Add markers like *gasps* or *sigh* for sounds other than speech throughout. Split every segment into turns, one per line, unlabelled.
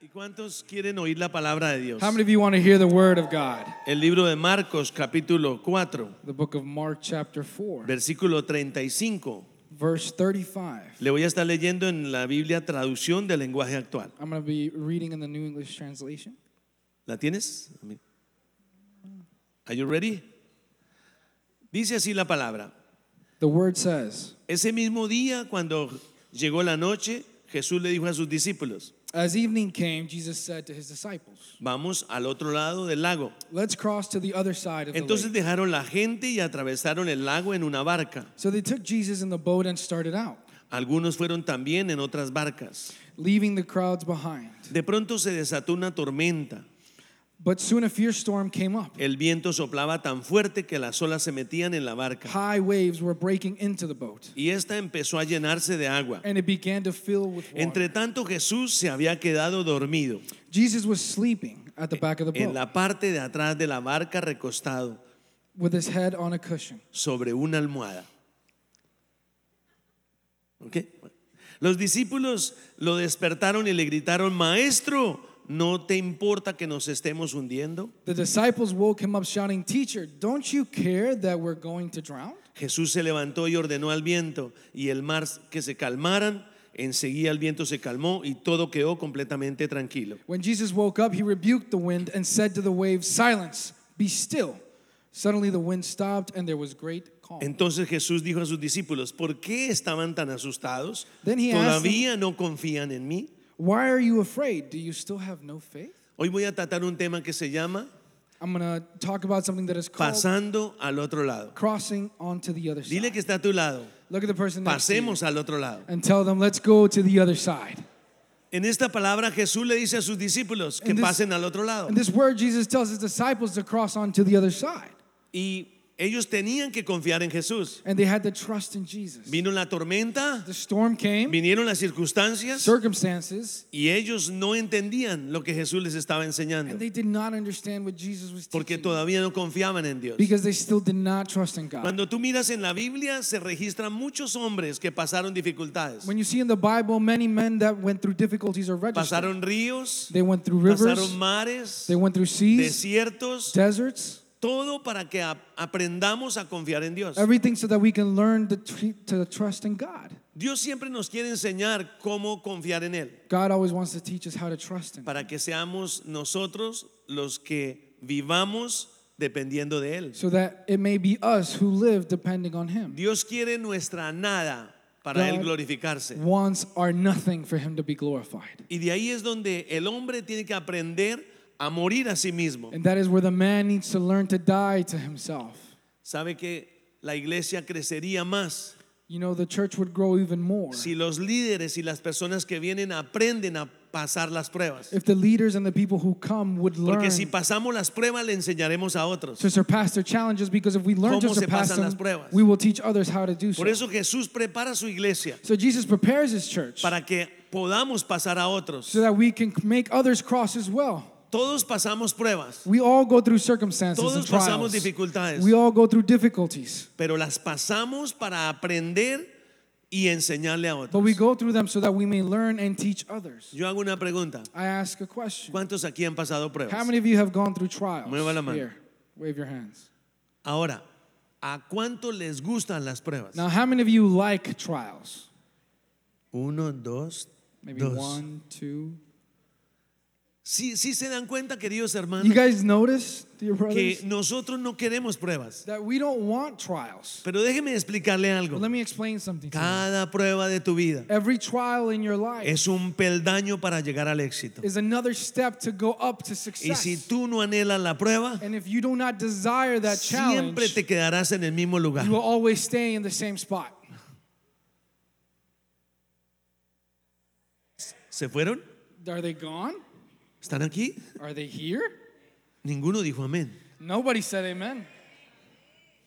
¿Y cuántos quieren oír la palabra de Dios?
How many of you want to hear the word of God?
El libro de Marcos capítulo 4,
The book of Mark, chapter 4,
versículo 35.
verse 35.
Le voy a estar leyendo en la Biblia traducción del lenguaje actual.
I'm going to be reading in the New English Translation.
¿La tienes? Are you ready? Dice así la palabra.
The word says,
Ese mismo día cuando llegó la noche, Jesús le dijo a sus discípulos,
As evening came, Jesus said to his disciples,
vamos al otro lado del lago.
Let's cross to the other side of the
Entonces
lake.
dejaron la gente y atravesaron el lago en una barca.
So they took Jesus in the boat and started out,
Algunos fueron también en otras barcas.
leaving the crowds behind.
De pronto se desató una tormenta.
But soon a fierce storm came up.
El viento soplaba tan fuerte que las olas se metían en la barca.
High waves were breaking into the boat,
Y esta empezó a llenarse de agua.
and it began to fill with
Entre
water.
tanto Jesús se había quedado dormido
Jesus was sleeping at the back of the
en
boat
la parte de atrás de la barca recostado
with his head on a cushion.
sobre una almohada. ¿Ok? Los discípulos lo despertaron y le gritaron, Maestro, ¿no te importa que nos estemos hundiendo?
The disciples woke him up shouting, Teacher, don't you care that we're going to drown?
Jesús se levantó y ordenó al viento y el mar que se calmaran. Enseguida el viento se calmó y todo quedó completamente tranquilo.
When Jesus woke up, he rebuked the wind and said to the waves, Silence, be still. Suddenly the wind stopped and there was great calm.
Entonces Jesús dijo a sus discípulos, ¿por qué estaban tan asustados?
Then he asked
¿Todavía no confían en mí?
Why are you afraid? Do you still have no faith?
Hoy voy a tratar un tema que se llama
I'm going to talk about something that is called
Pasando al otro lado.
crossing onto the other
Dile
side.
que está a tu lado.
Look at the person next to you
Pasemos al otro lado.
and tell them, Let's go to the other side.
En esta palabra Jesús le dice a sus discípulos que
And this-
pasen al otro lado.
In this word, Jesus tells his disciples to cross onto the other side.
Y ellos tenían que confiar en Jesús.
And they had to trust in Jesus.
Vino la tormenta,
The storm came.
vinieron las circunstancias
circumstances
y ellos no entendían lo que Jesús les estaba
and
enseñando
they did not understand what Jesus was
porque
teaching them,
todavía no confiaban en Dios.
because they still did not trust in God.
Cuando tú miras en la Biblia se registran muchos hombres que pasaron dificultades,
When you see in the Bible many men that went through difficulties are registered.
pasaron ríos,
They went through rivers,
pasaron mares,
they went through seas,
desiertos,
deserts,
todo para que ap- aprendamos a confiar en Dios.
everything so that we can learn to, tre- to trust in God.
Dios siempre nos quiere enseñar cómo confiar en Él,
God always wants to teach us how to trust in Him
para que seamos nosotros los que vivamos dependiendo de Él.
so that it may be us who live depending on Him.
Dios quiere nuestra nada para Él
God-
glorificarse.
Wants are nothing for Him to be glorified.
Y de ahí es donde el hombre tiene que aprender a morir a sí mismo.
And that is where the man needs to learn to die to himself.
Sabe que la iglesia crecería más
You know, the church would grow even more.
si los líderes y las personas que vienen aprenden a pasar las pruebas.
if the leaders and the people who come would learn
Porque si pasamos las pruebas le enseñaremos a otros.
to surpass their challenges because if we learn to
¿Cómo se
surpass
pasan las
them
pruebas?
we will teach others how to do so
Por eso Jesús prepara su iglesia
so Jesus prepares his church
para que podamos pasar a otros.
so that we can make others cross as well
Todos pasamos pruebas,
we all go through circumstances and
todos pasamos
trials
dificultades,
we all go through difficulties
pero las pasamos para aprender y enseñarle a
but
otros.
we go through them so that we may learn and teach others
Yo hago una pregunta.
I ask a question
¿Cuántos aquí han pasado
how
pruebas?
many of you have gone through trials
Mueva la mano.
here wave your hands
Ahora, ¿a cuántos les gustan las pruebas?
now how many of you like trials
Uno, dos,
maybe
dos.
one two
Sí, sí se dan cuenta, queridos
you
hermanos,
guys notice dear
que
brothers
nosotros no queremos pruebas.
that we don't want trials.
Pero déjeme explicarle
But
algo.
let me explain something to you.
Cada prueba de tu vida
Every trial in your life
es un peldaño para llegar al éxito.
is another step to go up to
Y si
success.
tú no anhelas la prueba,
And if you do not desire that
siempre
challenge,
te quedarás en el mismo lugar.
you will always stay in the same spot.
¿Se fueron?
Are they gone?
¿Están aquí?
Are they here?
Ninguno dijo amén.
Nobody said amen.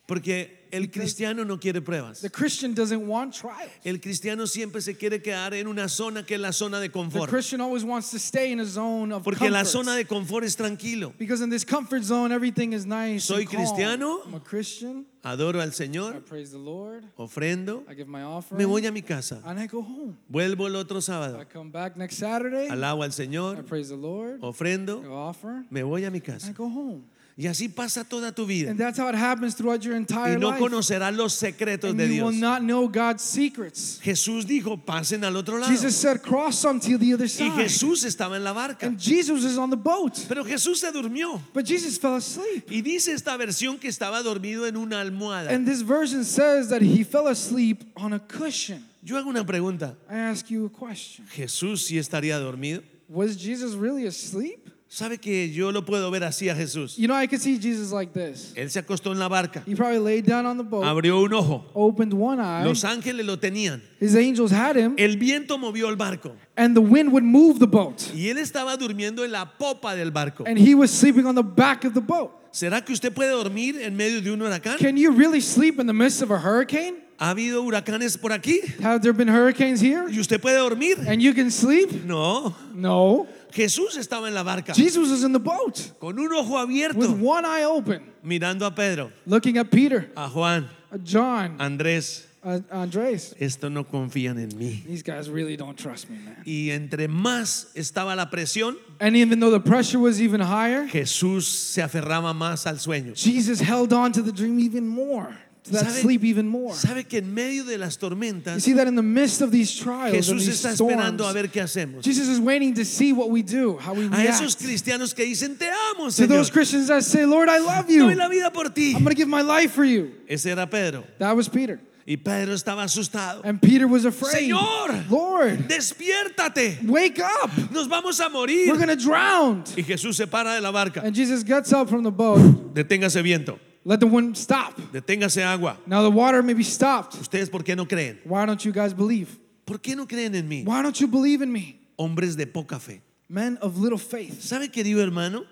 Porque el cristiano no quiere pruebas.
The Christian doesn't want trials.
El cristiano siempre se quiere quedar en una zona que es la zona de
The
confort.
Christian always wants to stay in a zone of
Porque
comfort.
la zona de confort es tranquilo.
because in this comfort zone, everything is nice.
Soy
and calm.
cristiano.
I'm a Christian.
Adoro al
I
Señor,
praise the Lord.
ofrendo,
I give my offering.
me voy a mi casa.
and I go home.
Vuelvo el otro
I
sábado.
come back next Saturday.
Alabo al
I
Señor,
praise the Lord. I
ofrendo,
offer.
me voy a mi
I
casa.
go home.
Y así pasa toda tu vida.
And that's how it happens throughout your entire
Y no
life.
conocerás los secretos
and
de
you will
Dios.
not know God's secrets.
Jesús dijo, pasen al otro lado.
Jesus said, cross onto the other
Y
side.
Jesús estaba en la barca.
and Jesus is on the boat.
Pero Jesús se durmió.
But Jesus fell asleep.
Y dice esta versión que estaba dormido en una almohada.
And this version says that he fell asleep on a cushion.
Yo hago una pregunta.
I ask you a question.
¿Jesús sí estaría dormido?
Was Jesus really asleep?
¿Sabe que yo lo puedo ver así a Jesús?
You know, I could see Jesus like this.
Él se acostó en la barca,
He probably laid down on the boat,
abrió un ojo.
opened one eye.
Los ángeles lo tenían.
His angels had him,
El viento movió el barco.
and the wind would move the boat.
Y él estaba durmiendo en la popa del barco.
And he was sleeping on the back of the boat.
¿Será que usted puede dormir en medio de un huracán?
Can you really sleep in the midst of a hurricane?
¿Ha habido huracanes por aquí?
Have there been hurricanes here?
¿Y usted puede dormir?
And you can sleep?
No.
No.
Jesús estaba en la barca
Jesus is in the boat
con un ojo
with
abierto
one eye open,
mirando a Pedro,
looking at Peter,
a Juan,
at John,
a Andrés.
at Andres.
Esto no confían en mí.
These guys really don't trust me, man.
Y entre más estaba la presión,
And even though the pressure was even higher,
Jesús se aferraba más al sueño.
Jesus held on to the dream even more, to that
¿Sabe-
sleep even more.
Sabe que en medio de las
You
tormentas,
see that in the midst of these trials, and
Jesús
these
está
storms,
esperando a ver qué hacemos.
Jesus is waiting to see what we do, how we
A esos
react.
cristianos que dicen, te amo,
To
Señor,
those Christians that say, Lord, I love you.
doy la
I'm
vida por ti.
going to give my life for you.
Ese era Pedro.
That was Peter.
Y Pedro estaba asustado.
And Peter was afraid.
Señor.
Lord,
Despiértate,
wake up.
nos vamos a
We're
morir.
going to drown.
Y Jesús se para de la barca.
And Jesus gets up from the boat.
Deténgase viento,
Let the wind stop.
deténgase agua.
Now the water may be stopped.
¿Ustedes por qué no creen?
Why don't you guys believe?
¿Por qué no creen en mí?
Why don't you believe in me?
Hombres de poca fe.
Men of little faith.
¿Sabe, querido hermano?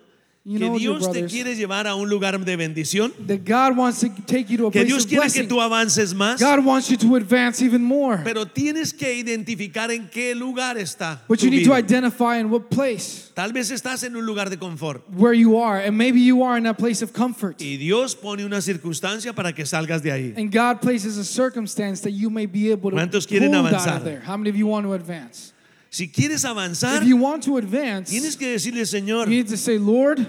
que
You know, dear
Dios te
brothers,
quiere llevar a un lugar de bendición.
that God wants to take you to a
Que
place
Dios
of
quiere que
blessing.
tú avances más.
God wants you to advance even more.
Pero tienes que identificar en qué lugar está.
But
tu
you need to
vida.
identify in what place
Tal vez estás en un lugar de confort.
where you are. And maybe you are in that place of comfort.
Y Dios pone una circunstancia para que salgas de ahí.
And God places a circumstance that you may be able to
¿Cuántos quieren
pulled out
avanzar?
of there. How many of you want to advance?
Si quieres avanzar,
If you want to advance,
tienes
you
que decirle, Señor,
need to say, Lord,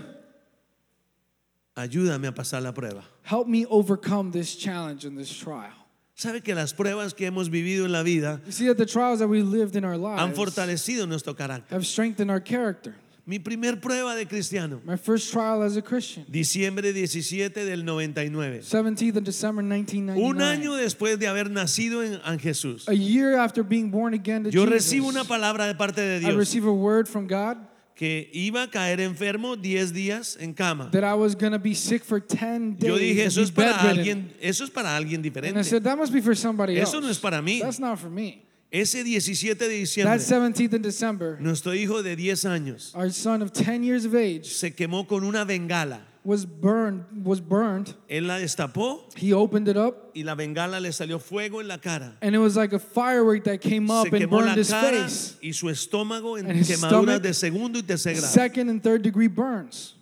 ayúdame a pasar la prueba.
help me overcome this challenge and this trial.
Sabe que las pruebas que hemos vivido en la vida
You see that the trials that we lived in our
han
lives
fortalecido nuestro carácter.
have strengthened our character.
Mi primer prueba de cristiano,
My first trial as a Christian,
diciembre 17 del 99.
17th of December 1999.
Un año después de haber nacido en, en Jesús,
a year after being born again to
yo
Jesus,
recibo una palabra de parte de
I
Dios
receive a word from God
que iba a caer enfermo 10 días en cama.
that I was going to be sick for 10 days.
Yo dije,
and
eso
be
es para
bedridden."
alguien, eso es para alguien
And I
diferente.
said, that must be for somebody
Eso
else.
no es para mí.
That's not for me.
Ese 17 de
That
diciembre,
17th of December,
nuestro hijo de 10 años
our son of 10 years of age
se quemó con una bengala.
was burned. Was burned.
Él la destapó
He opened it up,
y la bengala le salió fuego en la cara.
and it was like a firework that came up
Se
and
quemó
burned
la
his
cara
face.
y su estómago en
And his
quemaduras
stomach.
de segundo y tercer grado.
Second and third degree burns.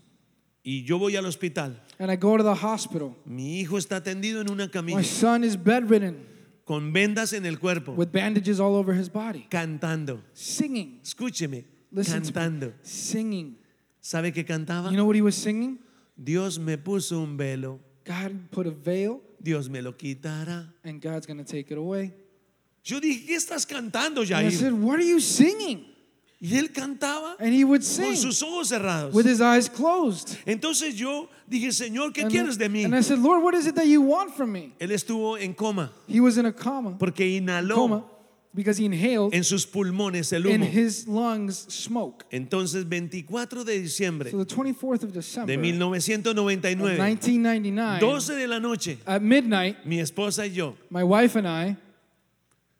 Y yo voy al hospital.
And I go to the hospital.
Mi hijo está tendido en una
My
camilla
son is bedridden
con vendas en el cuerpo,
with bandages all over his body,
cantando.
singing,
Escúcheme,
Listen to me.
cantando.
singing.
¿Sabe qué cantaba?
You know what he was singing?
Dios me puso un velo,
God put a veil,
Dios me lo quitará.
and God's going to take it away.
Yo dije, ¿qué estás cantando,
And I said,
Jair?
What are you singing?
Y él cantaba
And he would
con
sing
sus ojos cerrados.
with his eyes closed.
Entonces yo dije, Señor, ¿qué
And-
quieres de mí?
And I said, Lord, what is it that you want from me?
Él estuvo en coma
He was in a coma,
porque inhaló
coma because he inhaled
en sus pulmones el
in
humo.
his lungs smoke.
Entonces, 24 de diciembre
So the 24th of December,
de
of
1999,
1999,
12 de la noche,
at midnight,
mi esposa y yo,
my wife and I,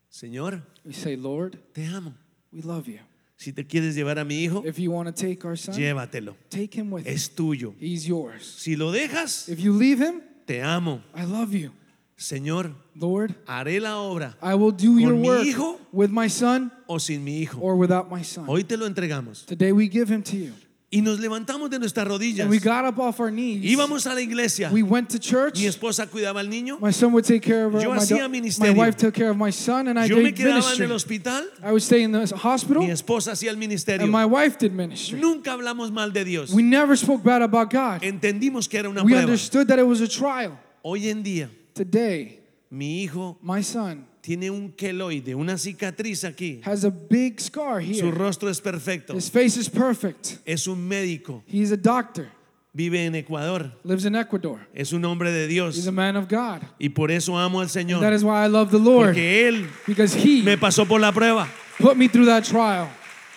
Señor,
we say, Lord,
te amo.
we love you.
Si te quieres llevar a mi hijo,
If you want to take our son,
llévatelo.
take him with you.
Es tuyo.
He's yours.
Si lo dejas,
If you leave him,
te amo.
I love you.
Señor,
Lord,
haré la obra
I will do your
¿Con mi
work
hijo?
with my son
o sin mi hijo.
or without my son.
Hoy te lo entregamos.
Today we give him to you.
Y nos levantamos de nuestras rodillas.
And we got up off our knees.
Íbamos a la iglesia.
we went to church.
Mi esposa cuidaba al niño.
My son would take care of her.
Yo
my,
hacía
my
ministerio.
wife took care of my son, and I
Yo me
did
quedaba en
ministry.
el hospital.
I would stay in the hospital,
Mi esposa hacía el ministerio.
and my wife did ministry.
Nunca hablamos mal de Dios.
We never spoke bad about God.
Entendimos que era una
we
prueba.
understood that it was a trial.
Hoy en día,
Today,
mi hijo
my son
tiene un queloide, una cicatriz aquí.
has a big scar
Su
here.
rostro es perfecto.
His face is perfect.
Es un médico.
He's a doctor,
Vive en Ecuador.
lives in Ecuador.
Es un hombre de
He's
Dios.
a man of God.
Y por eso amo al
That
Señor.
is why I love the Lord,
Porque Él
because He
me pasó por la prueba.
put me through that trial.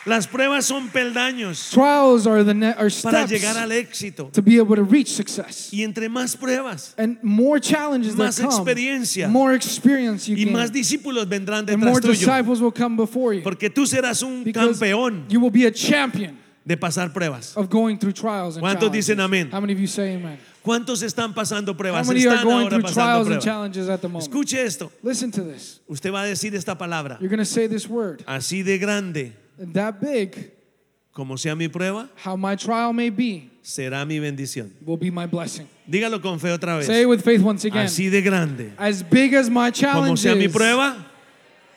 Las pruebas son peldaños
Trials are the ne-
para
are steps
llegar al éxito.
to be able to reach success.
Y entre más pruebas
And more challenges that
Más
come,
experiencia.
more experience you
y
gain,
más discípulos vendrán
and more
detrás tuyo.
disciples will come before you.
Porque tú serás un
Because
campeón
you will be a champion
de pasar pruebas.
of going through trials and
¿Cuántos
challenges.
dicen amén?
How many of you say amen?
¿Cuántos están pasando
How
pruebas?
many are
Están
going
ahora
through
pasando
trials and
pruebas.
challenges at the moment?
Escuche esto.
Listen to this.
Usted va a decir esta palabra.
You're going to say this word.
Así de grande
That big,
como sea mi prueba,
how my trial may be,
será mi bendición.
will be my blessing.
Dígalo con fe otra
Say it
vez.
with faith once again.
Así de grande
As big as my
como
challenge
sea mi
is,
prueba,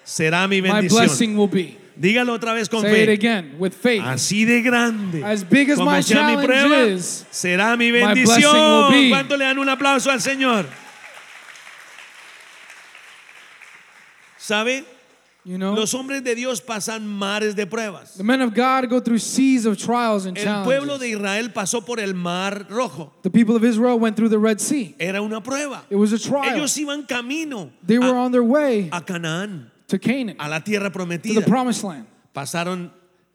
será mi
my
bendición.
blessing will be.
Dígalo otra vez con
Say it
fe.
again with faith.
Así de grande.
As big as
Como
my
sea mi
challenge
prueba,
is,
será mi
blessing
bendición.
will be.
¿Cuánto le dan un aplauso al Señor? ¿Sabe?
You know,
Los hombres de Dios pasan mares de pruebas.
the men of God go through seas of trials and
El pueblo de
challenges.
Israel pasó por el mar rojo.
The people of Israel went through the Red Sea.
Era una prueba.
It was a trial.
Ellos iban camino
They were
a,
on their way
a Canaán,
to Canaan,
a la tierra
to the
prometida.
promised land.
Pasaron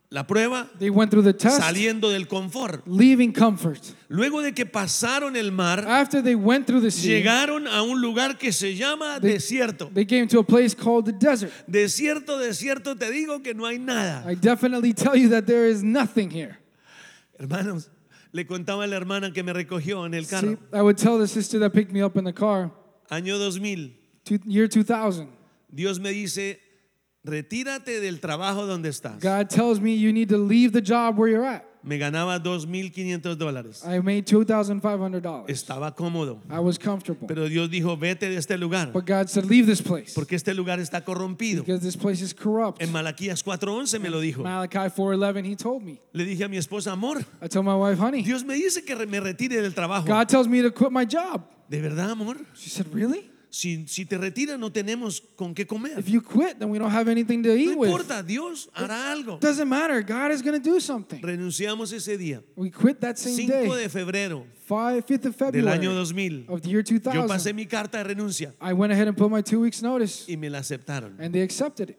la prueba
They went through the test,
saliendo del confort.
leaving comfort.
Luego de que pasaron el mar,
After they went through the sea,
llegaron a un lugar que se llama
They-
desierto.
they came to a place called the desert.
Desierto, desierto, te digo que no hay nada.
I definitely tell you that there is nothing here.
Hermanos, le contaba a la hermana que me recogió en el
See,
carro.
I would tell the sister that picked me up in the car,
Año 2000.
two, year 2000.
Dios me dice, retírate del trabajo donde estás.
God tells me you need to leave the job where you're at.
Me ganaba 2.500 dólares.
I made $2,500.
Estaba cómodo.
I was comfortable.
Pero Dios dijo, vete de este lugar,
But God said, leave this place
porque este lugar está corrompido.
because this place is corrupt.
En Malaquías 4.11 me lo dijo.
Malachi 4.11, he told me.
Le dije a mi esposa, amor,
I told my wife, honey,
Dios me dice que re- me retire del trabajo.
God tells me to quit my job.
¿De verdad, amor?
She said, really?
Si, si te retiras no tenemos con qué comer.
If you quit, then we don't have anything to
No
eat with.
importa, Dios hará algo.
Doesn't matter. God is going to do something.
Renunciamos ese día,
We quit that
5
same day,
de febrero
5, 5th of
del año
February
2000.
of the year
Yo pasé
2000.
mi carta de renuncia
I went ahead and put my two weeks notice,
y me la aceptaron.
and they accepted it.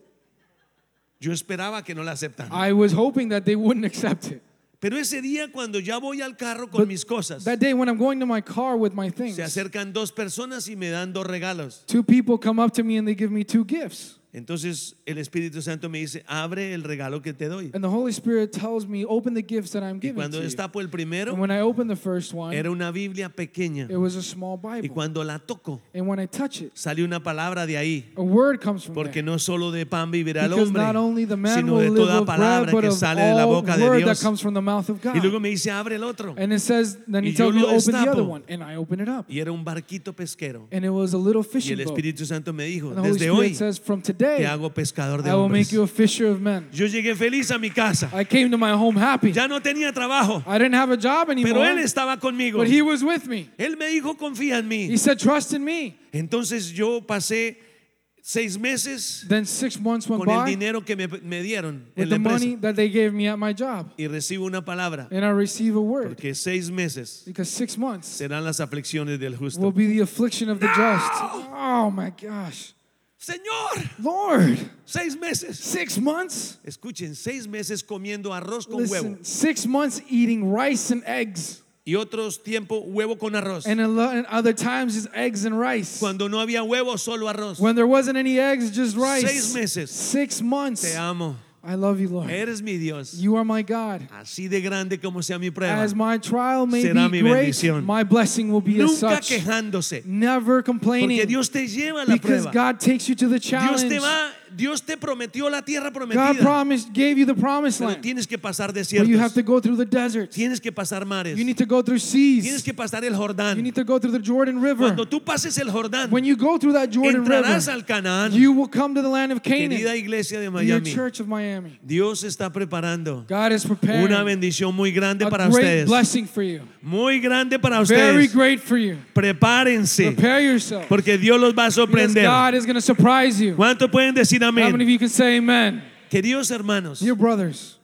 Yo esperaba que no la aceptaran.
I was hoping that they wouldn't accept it.
Pero ese día cuando ya voy al carro con mis cosas,
That day, when I'm going to my car with my
se
things,
acercan dos personas y me dan dos regalos.
two people come up to me and they give me two gifts.
Entonces el Espíritu Santo me dice, abre el regalo que te doy.
And the Holy Spirit tells me, open the gifts that I'm
Y
giving
cuando
to you.
destapo el
And
primero,
when I opened the first one,
era una Biblia pequeña.
it was a small
Y
Bible.
cuando la toco,
And when I touch it,
sale una palabra de ahí.
a word comes from
Porque
there.
no solo de pan vivirá el
Because
hombre,
not only the man
sino
will
de
live
toda
of bread,
palabra
but
que
of
sale de la
all
boca de
word that
Dios.
comes from the mouth of
Y luego
God.
me dice, abre el otro.
And it says, then
Y
he
yo
tells me
lo
to open the other
destapo.
one. And I open it up.
Y era un barquito pesquero.
And it was a little
Y el
fishing boat.
Espíritu Santo me dijo,
And the Holy
desde
Spirit
hoy
says, from
te
today,
hago pescador de
I will make
hombres.
you a fisher of men.
Yo llegué feliz a mi casa.
I came to my home happy.
Ya no tenía trabajo,
I didn't have a job
pero él
anymore,
estaba conmigo.
but he was with me.
Él me dijo, confía en mí.
He said, trust in me.
Entonces yo pasé seis meses
Then six months went
con el
by
dinero que me, me dieron
with
en la
the
empresa
money that they gave me at my job.
y recibo una palabra,
And I receive a word
porque seis meses
because six months
serán las aflicciones del
will
justo.
be the affliction of the just.
¡Ah!
Oh my gosh.
Señor,
Lord,
seis meses.
six months?
Escuchen, seis meses comiendo arroz con huevo
Listen, six months eating rice and eggs.
y otros tiempo huevo con arroz.
And a lo- and other times it's eggs and rice.
Cuando no había huevo, solo arroz.
When there wasn't any eggs, just rice.
Seis meses.
Six months.
Te amo. Eh.
I love you, Lord.
Eres mi Dios.
You are my God.
Así de grande como sea mi prueba.
As my trial may
Será
be
mi
great,
bendición.
my blessing will be as
Nunca
such.
quejándose.
Never
Porque
complaining.
Dios te lleva a la
Because
prueba.
God takes you to the
Dios te
challenge.
va, Dios te prometió la tierra
God
prometida.
promised, gave you the promised
Pero
land.
tienes que pasar
But you have
desiertos.
to go through the desert.
Tienes que pasar mares.
You need to go through
Tienes
seas.
que pasar el
You
Jordán.
need to go through the Jordan River.
Cuando tú pases el Jordán,
When you go through that Jordan
entrarás
River,
al Canaán.
you will come to the land of
Querida
Canaan,
iglesia de
your
Miami,
church of Miami.
Dios está preparando
God is
una
preparing
bendición muy grande para
a
ustedes.
great blessing for you.
Muy grande para
Very
ustedes.
great for you.
Prepárense,
Prepare yourself.
porque Dios los va a
Because
sorprender.
God is going to surprise you.
¿Cuánto pueden decir
How many of
amén?
you can say amen?
Queridos hermanos,
Dear brothers,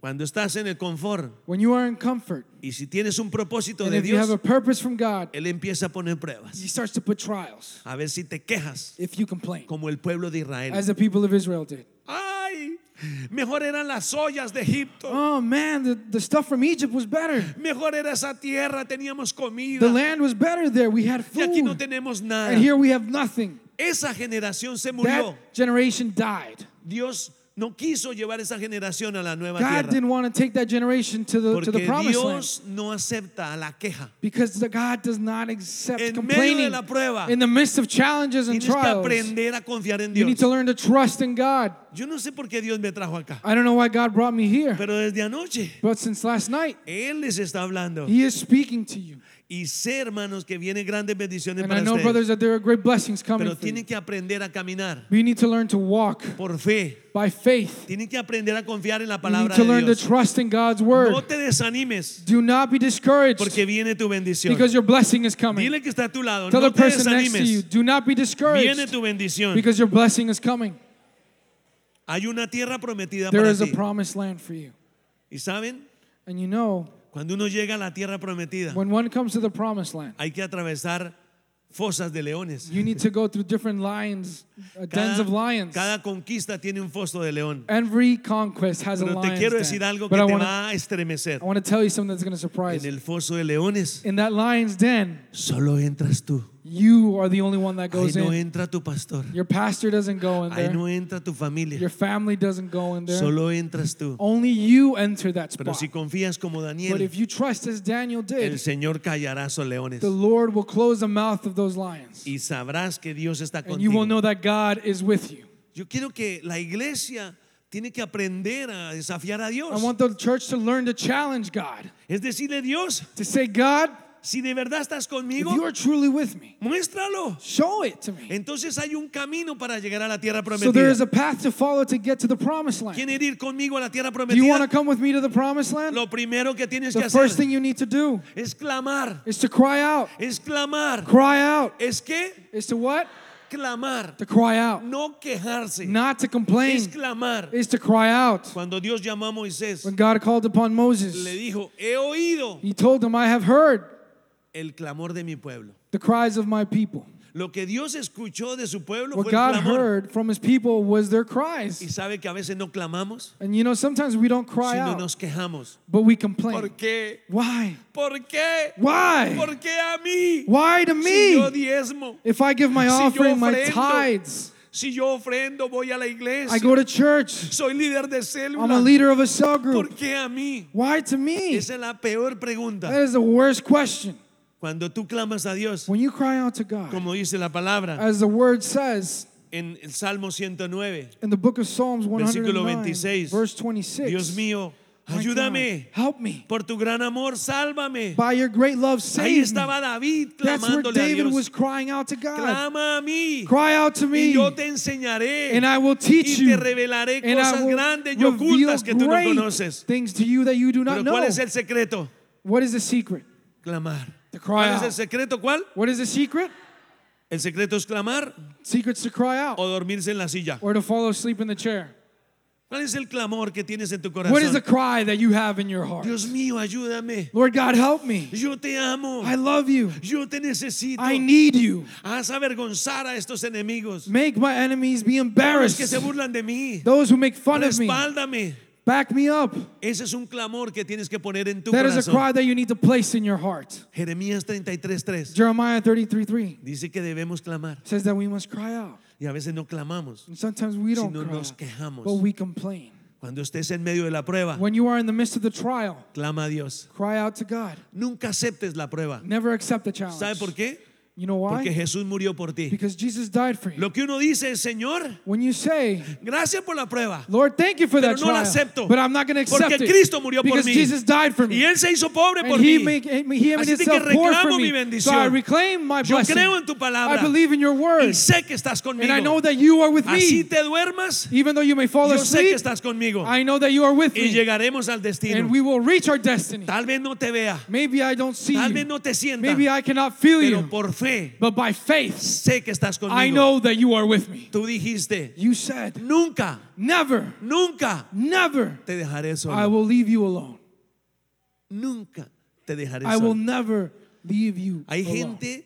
cuando estás en el confort
when you are in comfort,
y si tienes un propósito
and
de
if you have a
Dios,
purpose from God,
Él empieza a poner pruebas.
He starts to put trials
A ver si te quejas
if you complain,
como el pueblo de Israel.
as the people of Israel did.
Ay, mejor eran las ollas de Egipto.
Oh man, the, the stuff from Egypt was better.
Mejor era esa tierra, teníamos
The
comida.
land was better there. We had
Y aquí no
food.
tenemos nada.
And here we have nothing.
Esa generación se murió.
That generation died.
Dios no quiso llevar esa generación a la nueva
God
tierra.
didn't want to take that generation to the, to the
Porque
promised land.
Dios no acepta a la queja.
Because the God does not accept
En medio de
complaining.
la prueba,
in the midst of challenges and
Tienes que
trials,
aprender a confiar en
you need to
Dios.
learn to trust in God.
Yo no sé por qué Dios me trajo acá,
I don't know why God brought me here,
pero desde anoche
but since last night,
Él les está hablando.
He is speaking to you.
Y sé, hermanos, que vienen grandes bendiciones
And I
para
know,
ustedes.
brothers, that there are great blessings coming
Pero
for you.
tienen que aprender a caminar
But you need to learn to walk
por fe.
by faith.
Tienen que aprender a confiar en la
You need
palabra
to learn
de
to
Dios.
trust in God's
No
word.
te desanimes
Do not be discouraged
porque viene tu bendición.
because your blessing is coming.
Dile que está a tu lado.
Tell the
No te
person next to you,
desanimes.
do not be
Viene
discouraged
tu bendición.
because your blessing
*laughs*
is coming.
Hay una tierra prometida
There
para
is a
ti.
promised land for you.
Y saben,
And you know,
cuando uno llega a la tierra prometida,
when one comes to the promised land,
hay que atravesar fosas de leones.
you need to go through different lions, uh, dens of lions.
cada conquista tiene un foso de león.
Every conquest has a
Pero te
lion's
quiero
den.
decir algo que
But I
te
want to
va a estremecer.
I want to tell you something that's going to surprise
En
you.
el foso de leones
In that lion's den,
solo entras tú.
you are the only one that
Ahí
goes
no
in.
entra tu pastor.
Your pastor doesn't go in
Ahí
there.
no entra tu familia.
Your family doesn't go in there.
Solo entras tú.
Only you enter that
Pero
spot.
si confías como
But
Daniel,
if you trust as Daniel
el
did,
Señor callará a esos leones
the Lord will close the mouth of those lions.
y sabrás que Dios está
And you will
contigo.
know that God is with you.
Yo quiero que la iglesia tiene que aprender a desafiar a
I
Dios.
want the church to learn to challenge God,
Es decirle, Dios,
to say, God,
si de verdad estás
if you
conmigo,
are truly with me,
muéstralo.
show it to me.
Entonces hay un camino para llegar a la tierra
So there is
prometida.
a path to follow to get to the promised land.
¿Quieren ir conmigo a la tierra
Do you want
prometida?
to come with me to the promised land?
Lo primero que tienes que
The first
hacer
thing you need to do
es clamar,
is to cry out.
es clamar.
Cry out.
Es que
Is to what?
clamar,
To cry out.
no quejarse,
Not to
es
complain.
clamar.
Is to cry out.
Cuando Dios llamó a Moisés,
When God called upon
le
Moses,
dijo, he oído
he told him, I have heard
el clamor de mi pueblo.
the cries of my people.
Lo que Dios escuchó de su pueblo
What
fue
God
el clamor.
heard from his people was their
Y
cries.
sabe que a veces no clamamos,
And you know, sometimes we don't cry
sino
out,
nos quejamos.
but we complain.
¿Por qué?
Why?
¿Por qué?
Why?
¿Por qué a mí?
Why to
Si yo
me?
diezmo,
If I give my
Si yo
offering, my
ofrendo,
tithes,
si yo ofrendo, voy a la iglesia,
I go to church,
soy líder de
I'm a
célula,
leader of a cell group.
¿por qué a mí?
Why to me?
Esa es la peor pregunta.
That is the worst question.
Cuando tú clamas a Dios,
When you cry out to God,
como dice la palabra
as the word says
en el Salmo 109,
in the book of Psalms
Versículo
109,
26.
verse 26,
Dios mío,
my God,
ayúdame,
help me.
por tu gran amor, sálvame.
By your great love,
Ahí
save me.
estaba David
That's where
clamándole a
David was
Dios.
crying out to God.
Clama a mí
Cry out to
y
me,
yo te enseñaré
and I will teach
y te
you.
revelaré
And I
cosas
will
grandes y
reveal
ocultas que tú no
great
conoces.
things to you that you do not
Pero
know.
¿cuál es el secreto?
What is the secret?
Clamar.
To cry
¿Cuál es el
out.
secreto? ¿Cuál?
What is the secret?
El secreto es clamar
Secrets to cry out
o dormirse en la silla.
or to fall asleep in the chair.
¿Cuál es el clamor que tienes en tu
What is the
corazón?
cry that you have in your heart?
Dios mío, ayúdame.
Lord God, help me.
Yo te amo.
I love you.
Yo te necesito.
I need you.
Haz avergonzar a estos enemigos.
Make my enemies be
Los
embarrassed.
que se burlan de mí.
Those who make fun of me,
Respáldame.
back me up.
Ese es un clamor que tienes que poner en tu
That is a
corazón.
cry that you need to place in your heart.
Jeremías 33:3
Jeremiah 33 3
dice que debemos clamar
says that we must cry out.
y a veces no clamamos,
And sometimes we don't
sino
cry
nos
out, but
quejamos.
we complain.
Cuando estés en medio de la prueba,
When you are in the midst of the trial,
clama a Dios.
cry out to God.
Nunca aceptes la prueba.
Never accept the challenge.
¿Sabe por qué?
You know
Porque
why?
Jesús murió por ti.
Because Jesus died for you.
Lo que uno dice es, Señor,
When you say,
gracias por la prueba.
Lord, thank you for
Pero
that
no la
trial,
acepto,
but I'm not going to accept
porque
it
Cristo murió por
because
mí.
Jesus died for
Y
me.
Él se hizo pobre por
And he,
mí.
made, he made
Así de que
himself poor for
reclamo mi
me. So I
bendición.
reclaim my
Yo
blessing.
creo en tu palabra.
I believe in your
Y
word.
sé que estás conmigo.
And I know that you are with
Así
me.
te duermas,
Even though you may fall
yo sé que
asleep,
estás conmigo.
I know that you are with
Y
me.
llegaremos al
And
destino.
we will reach our destiny.
Tal vez no te vea,
Maybe I don't see
tal vez
you.
no te sienta,
Maybe I cannot feel
pero
you.
por fe
But by faith,
sé que estás
I
conmigo.
know that you are with me.
Tú dijiste,
You said,
nunca,
Never,
nunca
never
te dejaré
I
solo.
will leave you alone.
Nunca te dejaré
I will
solo.
never leave you
Hay
alone.
gente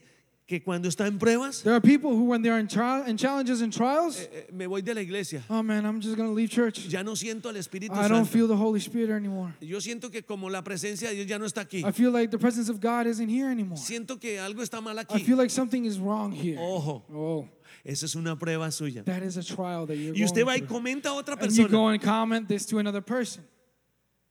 que cuando está en pruebas,
There are people who, when they are in, trial, in challenges and trials,
eh, me voy de la iglesia.
oh man, I'm just going to leave church.
Ya no siento al Espíritu
I
Santo.
don't feel the Holy Spirit anymore.
Yo siento que como la presencia de Dios ya no está aquí.
I feel like the presence of God isn't here anymore.
Siento que algo está mal
I
aquí.
feel like something is wrong here.
Ojo.
Oh,
Esa es una prueba suya.
that is a trial that you're
Y usted va y
going through.
comenta a otra
And you
persona.
go and comment this to another person.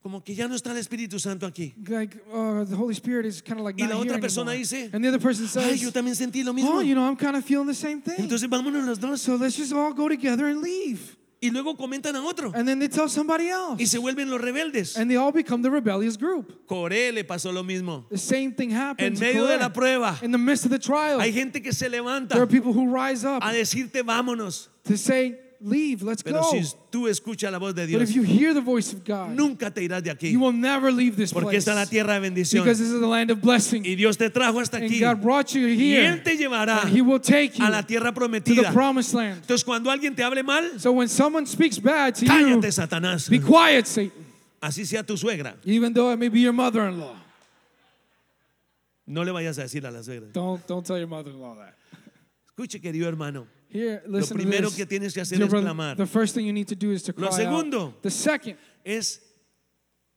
Como que ya no está el Espíritu Santo aquí.
Like, uh, the Holy Spirit is kind of like
Y
not
la
here
otra persona
anymore.
dice,
and the other person
Ay, yo
says,
también sentí lo mismo.
oh, you know, I'm kind of feeling the same thing.
Entonces vámonos los dos.
So let's just all go together and leave.
Y luego comentan a otro.
And then they tell somebody else.
Y se vuelven los rebeldes.
And they all become the rebellious group.
Coré le pasó lo mismo.
The same thing happens.
En medio de la
correct.
prueba.
In the midst of the trial,
Hay gente que se
there are
levanta
people who rise up
a decirte vámonos.
to say, leave, let's
Pero
go.
si tú escuchas la voz de
But if
Dios,
you hear the voice of God,
nunca te irás de aquí.
you will never leave this
Porque
place.
esta es la tierra de bendición.
Because this is the land of blessing.
Y Dios te trajo hasta
And
aquí.
God brought you
Y
here.
Él te llevará
and He will take you
a la tierra
to the
prometida.
promised land.
Entonces cuando alguien te hable mal,
So when someone speaks bad to you,
cállate Satanás.
be quiet, Satan.
Así sea tu suegra.
Even though it may be your mother-in-law.
No le vayas a decir a la suegra.
Don't, don't tell your mother-in-law that.
Escuche, querido hermano.
Here, listen to
primero
this.
que tienes que hacer
Dear
es
brother,
clamar.
The first thing you need to do is to cry
Lo segundo.
out. The second
Es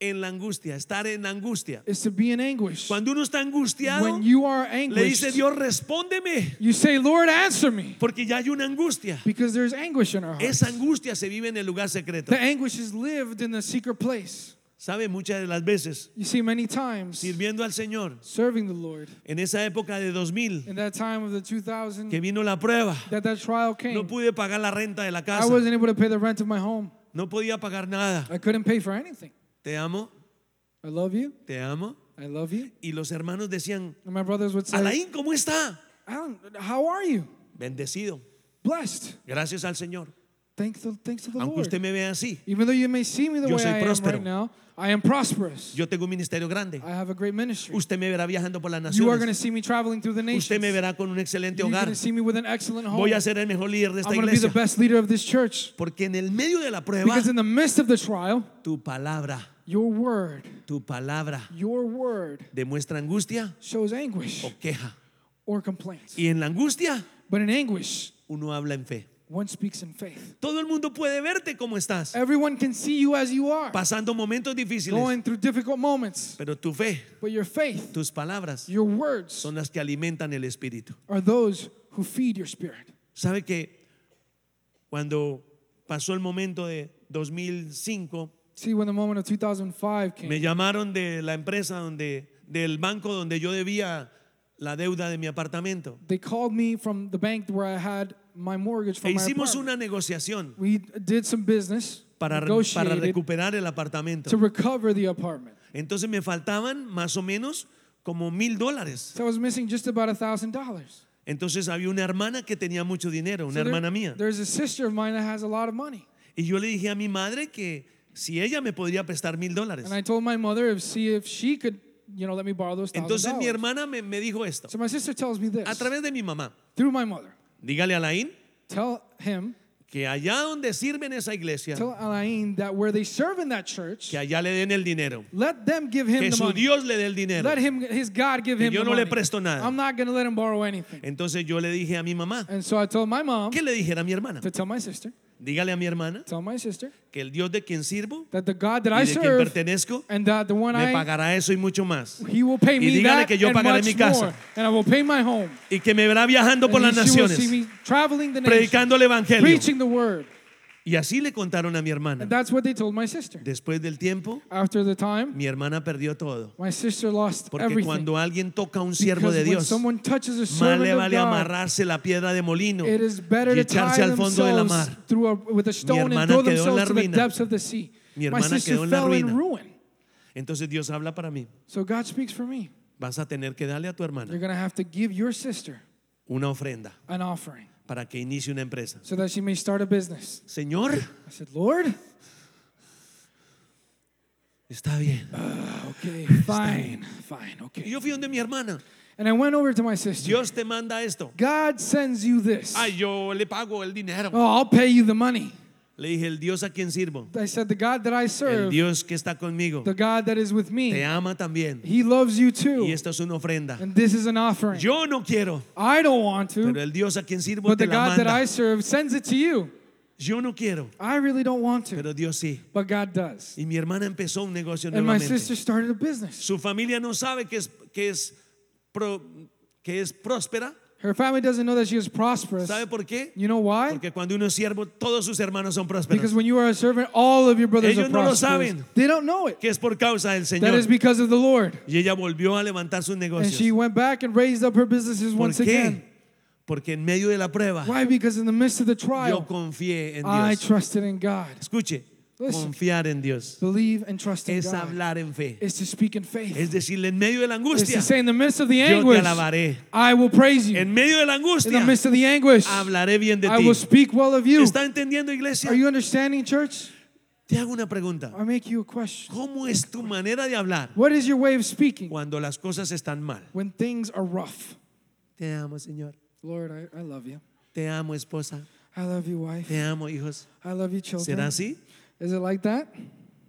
en la angustia, estar en la angustia.
is to be in anguish.
Cuando uno está angustiado,
When you are
le dice
anguished,
Dios, respóndeme,
you say, Lord, answer me.
porque ya hay una angustia.
Because there's anguish in our hearts.
Esa angustia se vive en el lugar secreto.
The anguish is lived in the secret place.
Sabe, muchas de las veces,
You see, many times,
sirviendo al Señor,
serving the Lord,
en esa época de 2000,
in that time of the 2000,
que vino la prueba,
that that trial
no
came,
pude pagar la renta de la
I
casa,
wasn't able to pay the rent of my home.
no podía pagar nada.
I couldn't pay for anything.
Te amo,
I love you.
te amo.
I love you.
Y los hermanos decían,
And my brothers would say,
Alain, ¿cómo está?
Alan, how are you?
Bendecido.
Blessed.
Gracias al Señor.
Thanks to, thanks to the
Aunque
Lord.
usted me vea así,
Even though you may see me the
Yo
way
soy
I am
próspero.
right now, I am prosperous.
yo tengo un ministerio grande.
I have a great ministry.
Usted me verá viajando por las
you are going to
naciones.
see me traveling through the
Usted
nations.
me verá con un excelente
You're going
hogar.
to see me with an excellent home.
Voy a ser el mejor líder de
I'm
esta
going to be the
iglesia.
best leader of this church.
Porque en el medio de la prueba,
Because in the midst of the trial,
tu palabra,
your word,
tu palabra
your word
demuestra angustia
shows anguish
o queja.
or complaint.
Y en la angustia,
But in anguish,
uno habla en fe.
one speaks in faith.
Todo el mundo puede verte como estás,
Everyone can see you as you are,
pasando momentos difíciles.
going through difficult moments.
Pero tu fe,
But your faith,
tus palabras,
your words,
son las que alimentan el espíritu.
are those who feed your spirit.
¿Sabe que cuando pasó el momento de 2005,
See, when the moment of 2005 came,
me llamaron de la empresa donde, del banco donde yo debía la deuda de mi apartamento.
they called me from the bank where I had my mortgage for
E
my
hicimos
apartment.
una negociación
We did some business
para, para
negotiated
recuperar el
to
apartamento.
recover the apartment.
Entonces me faltaban más o menos como mil dólares.
So I was missing just about a thousand dollars.
Entonces había una hermana que tenía mucho dinero, una hermana mía.
There's a sister of mine that has a lot of money,
Y yo le dije a mi madre que si ella me podría prestar mil dólares.
and I told my mother if see if she could, you know, let me borrow those thousand
Entonces mi
dollars.
hermana me, me dijo esto,
So my sister tells me
a
this
través de mi mamá,
through my mother.
dígale a Alain
Tell him,
que allá donde sirven esa iglesia,
tell Alain that where they serve in that church,
que allá le den el dinero,
let them give him
que
the
su
money.
Dios le dé el dinero.
Let him, his God, give
Que
him
yo
the
no le
money.
presto nada.
I'm not gonna let him borrow anything.
Entonces yo le dije a mi mamá,
And so I told my mom
¿qué le dijera a mi hermana?
to tell my sister,
Dígale a mi hermana
tell my sister
que el Dios de quien sirvo
that the God that
y
I
de quien
serve
pertenezco
and that the one
me
I
pagará eso y mucho más.
He will pay
Y
me
dígale
that
que yo
and
pagaré
much
mi casa.
more, and I will pay my home.
Y que me verá viajando por
and
las
she will see
naciones,
me traveling the nations,
predicando el Evangelio.
preaching the word.
Y así le contaron a mi hermana.
And that's what they told my sister.
Después del tiempo,
After the time,
mi hermana perdió todo.
my sister lost
Porque
everything.
cuando alguien toca a un siervo
Because
de
when
Dios,
someone touches a
más
servant
le
of
vale
God,
amarrarse la piedra de molino
it is better
y
to tie
echarse al fondo de la
themselves
mar.
through a, with a stone
hermana
and throw
quedó en la
themselves to the
ruina.
depths of the sea.
Mi
My
hermana
sister
quedó en la
fell in
ruina.
ruin.
Entonces Dios habla para mí.
So God speaks for me.
Vas a tener que darle a tu
You're
hermana
going to have to give your sister
una ofrenda
an offering
para que inicie una empresa.
so that she may start a business.
Señor,
I said, Lord,
está bien.
okay, fine, fine,
Y
okay.
yo fui donde mi hermana.
And I went over to my sister.
Dios te manda esto.
God sends you this.
Ay, yo le pago el dinero.
Oh, I'll pay you the money.
Le dije, el Dios a quien sirvo,
I said, The God that I
el
serve,
Dios que está conmigo,
the God that is with
te
me,
ama también.
He loves you
Y
too.
esto es una ofrenda.
And this is an offering.
Yo no quiero,
I don't want
pero
to,
el Dios a quien sirvo
but
te
the
la
God that I
manda.
serve sends it to you.
Yo no quiero,
I really don't want to,
pero Dios sí.
but God does.
Y mi hermana empezó un negocio
And my
nuevamente.
sister started a business.
Su familia no sabe que es, que es, pro- que es próspera.
Her family doesn't know that she is prosperous.
¿Sabe por qué?
You know why?
Porque cuando uno es siervo, todos sus hermanos son
Because
prósperos.
when you are a servant, all of your brothers
Ellos
are
no lo
prosperous.
saben.
They don't know it.
Que es por causa del
That is
Señor.
because of the Lord.
Y ella volvió a levantar sus
And she
negocios.
went back and raised up her businesses
¿Por
once
qué?
again.
Porque en medio de la prueba,
Why? Because in the midst of the
yo
trial,
confié en
I
Dios.
trusted in God.
Escuche,
Listen.
confiar en Dios
Believe and trust in
es
God.
hablar en fe.
Is to speak in faith.
Es decirle, en medio de la
Is
angustia,
to say in the midst of the
yo te
anguish,
alabaré.
I will praise you.
En medio de la
In the
angustia,
midst of the anguish,
hablaré bien de
I
ti.
will speak well of you.
¿Está entendiendo, iglesia?
Are you understanding, church?
Te hago una pregunta.
I make you a question.
¿Cómo es tu manera de hablar
What is your way of speaking
cuando las cosas están mal?
when things are rough?
Te amo, Señor.
Lord, I, I love you.
Te amo, esposa.
I love you, wife.
Te amo, hijos.
I love you,
¿Será
children.
así?
Is it like that?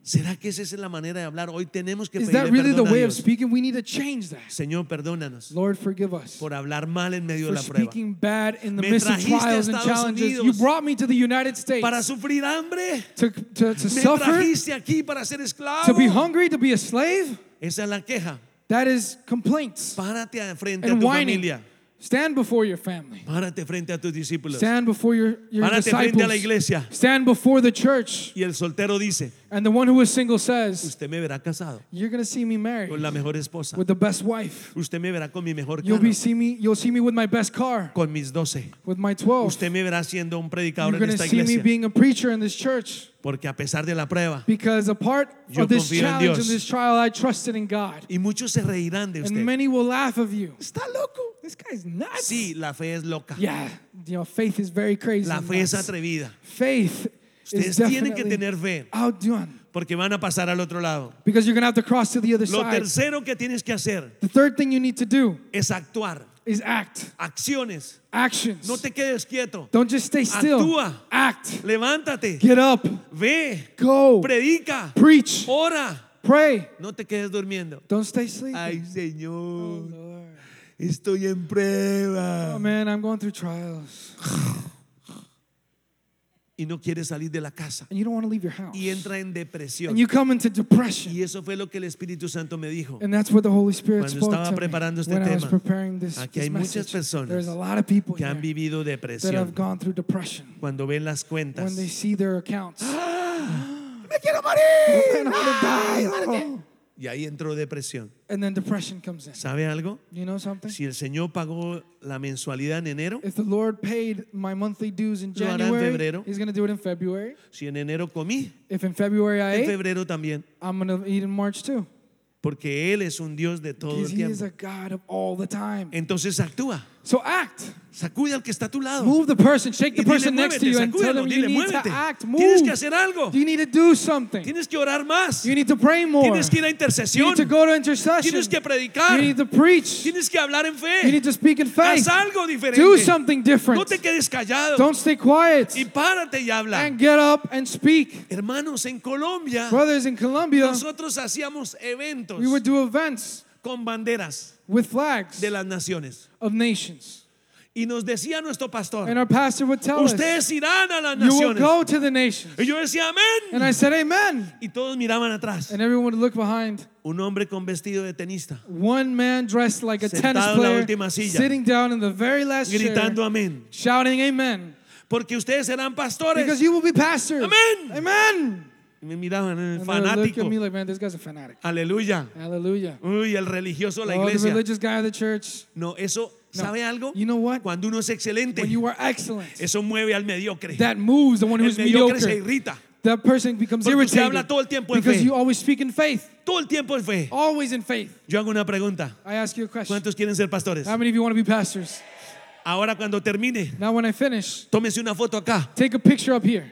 ¿Será que esa es la manera de hablar? Hoy tenemos que
Is
pedirle
that really the
perdón a
way of
Dios.
speaking? We need to change that.
Señor, perdónanos
Lord, forgive us
por hablar mal en medio de
for
la prueba.
speaking bad in the
Me
midst of
trajiste a
trials and
Estados
challenges.
Unidos
You brought me to the United States
Para sufrir hambre,
to, to, to
me
suffer,
trajiste aquí para ser
to be
esclavo.
hungry, to be a slave.
Esa es la queja.
That is complaints
Párate a- frente a
and
tu
whining.
familia.
Stand before your family.
Párate frente a tus discípulos.
Stand before your, your
Párate frente a la
disciples.
iglesia.
Stand before the church.
Y el soltero dice,
And the one who is single says,
usted me verá casado
You're gonna see me
con
married
la mejor esposa.
with the best wife.
Usted me verá con mi mejor
You'll
carro,
be see me you'll see me with my best car,
con mis doce.
with my twelve.
Usted me verá siendo un predicador
You're
en
gonna
esta
see me
iglesia.
being a preacher in this church.
Porque a pesar de la prueba,
Because apart
Yo
of this
confío en
challenge
Dios.
and this trial, I trusted in God.
y muchos se reirán de
And
usted.
many will laugh of you.
Está loco.
This guy's nuts.
Sí, la fe es loca.
Yeah, you know, faith is very crazy.
La
and
fe es
nuts.
atrevida.
Faith is
Ustedes tienen que
definitely
tener fe
outdone
porque van a pasar al otro lado.
because you're going to have to cross to the other
Lo
side.
tercero que tienes que hacer
The third thing you need to do
es actuar.
is act.
Acciones.
Actions.
No te quedes quieto.
Don't just stay still.
Actúa.
Act.
Levántate.
Get up.
Ve.
Go.
Predica.
Preach.
Ora.
Pray.
No te quedes durmiendo.
Don't stay sleeping.
Ay,
Oh,
Señor.
Lord.
Estoy en prueba.
Oh, man, I'm going through trials.
Y no quiere salir de la casa.
And you don't want to leave your house.
Y entra en depresión.
And you come into depression.
Y eso fue lo que el Espíritu Santo me dijo.
And that's what the Holy Spirit
Cuando
spoke
estaba
to me
preparando este
when I was
tema,
preparing this,
aquí
this
hay muchas
message.
personas
There's a lot of people
Que han
here
vivido
that have
depresión.
gone through depression.
Cuando ven las cuentas.
when they see their
*gasps*
accounts. *gasps*
¡Me quiero morir!
Man, I'm gonna die. Oh.
Y ahí entró depresión.
And then depression comes in.
¿Sabe algo?
You know something?
Si el Señor pagó la mensualidad en enero,
If the Lord paid my monthly dues in
Lo hará en
January,
febrero.
He's gonna do it in February.
si en enero comí,
If in February I
en
ate,
febrero también.
I'm gonna eat in March too.
Porque Él es un Dios de todo
Because
el
He is
tiempo.
a God of all the time.
Entonces actúa.
So act.
Sacude al que está a tu lado.
Move the person, shake
Y
the
dile,
person next to
"Muévete",
you, and tell
sacúdelo,
them you
dile,
need to
"Muévete".
act,
Tienes que
move.
hacer algo.
You need to do something.
Tienes que orar más.
You need to pray more.
Tienes que ir
You
a intercesión.
need to go to intercession.
Tienes que predicar.
You need to preach. You
Tienes que hablar en
need
fe.
to speak in faith.
Haz algo diferente.
Do something
No
different.
te quedes callado.
Don't stay quiet.
Y párate y habla.
And get up and speak.
Hermanos, en Colombia
Brothers in Colombia,
nosotros hacíamos eventos
um, we would do events
con banderas
with flags
de las naciones.
of nations.
Y nos decía nuestro pastor,
And our pastor would tell us, You
ustedes irán a las
will
naciones.
go to the nations.
Y yo decía, amén.
And I said, Amen.
Y todos miraban atrás.
And everyone would look behind.
Un hombre con vestido de tenista,
One man dressed like a
Sentado
tennis
en la
player,
última silla.
sitting down in the very last chair,
gritando amén.
shouting, Amen.
porque ustedes serán
because
pastores.
you will be pastors.
Amen.
Amen.
Y me miraban, eh,
And they would look at
fanático.
me like, man, this guy's a fanatic.
Aleluya.
Hallelujah.
Uy, el religioso de la
oh, the
iglesia.
religious guy of the church.
No, eso,
No.
¿sabe algo?
You know what?
Cuando uno es excelente,
When you are excellent,
eso mueve al mediocre.
that moves the one
El
who's
mediocre se
mediocre.
irrita.
That person becomes
Porque usted
irritated
habla todo el tiempo en
because
fe.
you always speak in faith,
Todo el tiempo es fe.
always in faith.
Yo hago una pregunta.
I ask you a question.
¿Cuántos quieren ser pastores?
How many of you want to be pastors?
Ahora cuando termine,
Now, when I finish,
tómese una foto acá.
take a picture up here.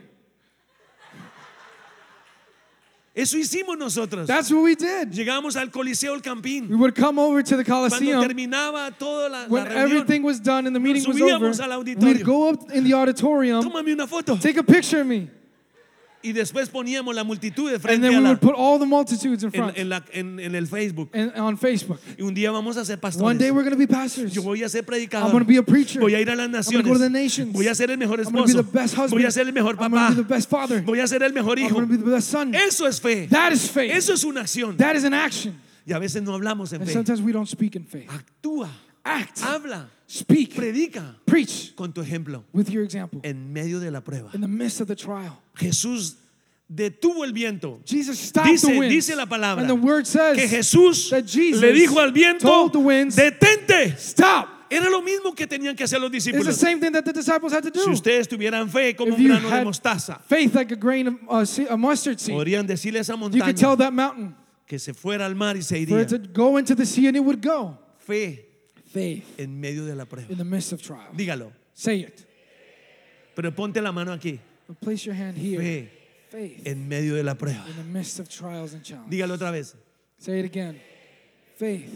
Eso hicimos nosotros.
That's what we did.
Llegamos al Coliseo El Campín.
We would come over to the
Cuando
Coliseum
terminaba toda la, la
'em when
reunión,
everything was done and the meeting was over.
subíamos al auditorio.
We'd go up in the auditorium,
tómame una foto.
take a picture of me,
Y después poníamos la multitud de
and
frente
then
a
we
la-
would put all the multitudes in
en,
front
en la- en- en el Facebook.
and on Facebook.
Y un día vamos a ser
One day
pastores.
we're going to be pastors.
Yo voy a ser
I'm going
predicador.
to be a preacher.
Voy a ir a
I'm
las
gonna go to the
naciones.
nations.
Voy a ser el mejor
I'm going to be
esposo.
the best husband.
Voy a ser el mejor
I'm going
papá.
to be the best father.
Voy a ser el mejor
I'm
hijo.
going to be the best son.
Eso es fe.
That is faith.
Eso es una acción.
that is an action.
Y a veces no hablamos en
And
fe.
sometimes we don't speak in faith.
Actúa,
Act.
habla,
Speak.
predica
Preach
con tu ejemplo
with your example.
en medio de la prueba.
In the midst of the trial,
Jesús detuvo el viento.
Jesus stopped the
Dice,
wind.
dice la palabra
and the word says,
que Jesús
that Jesus
le dijo al viento,
told the winds,
detente.
Stop.
Era lo mismo que tenían que hacer los
It's the
discípulos.
same thing that the disciples had to do.
Si ustedes tuvieran fe como
if
un
you
grano de
had
mostaza,
faith like a grain of uh, se- a mustard seed,
podrían decirle a esa
you could tell
montaña
that mountain
que se fuera al mar y se
for
iría.
it to go into the sea and it would go.
Fe
Faith
en medio de la prueba.
in the midst of trial.
Dígalo,
Say it.
pero ponte la mano aquí.
But place your hand here.
Fe
Faith
en medio de la prueba.
in the midst of trials and challenges.
Dígalo otra vez.
Say it again. Faith.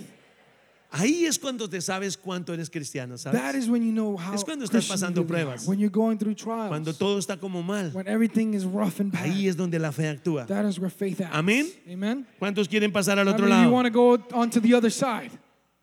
Ahí es cuando te sabes cuánto eres cristiano,
That
¿sabes?
is when you know how
Es cuando estás
Christian you
pasando
really are.
pruebas.
When you're going through trials.
Cuando todo está como mal,
when everything is rough and bad.
ahí es donde la fe actúa.
That is where faith acts.
Amén.
Amen.
¿Cuántos quieren pasar al
I
otro
mean, you want
lado?
to go onto the other side.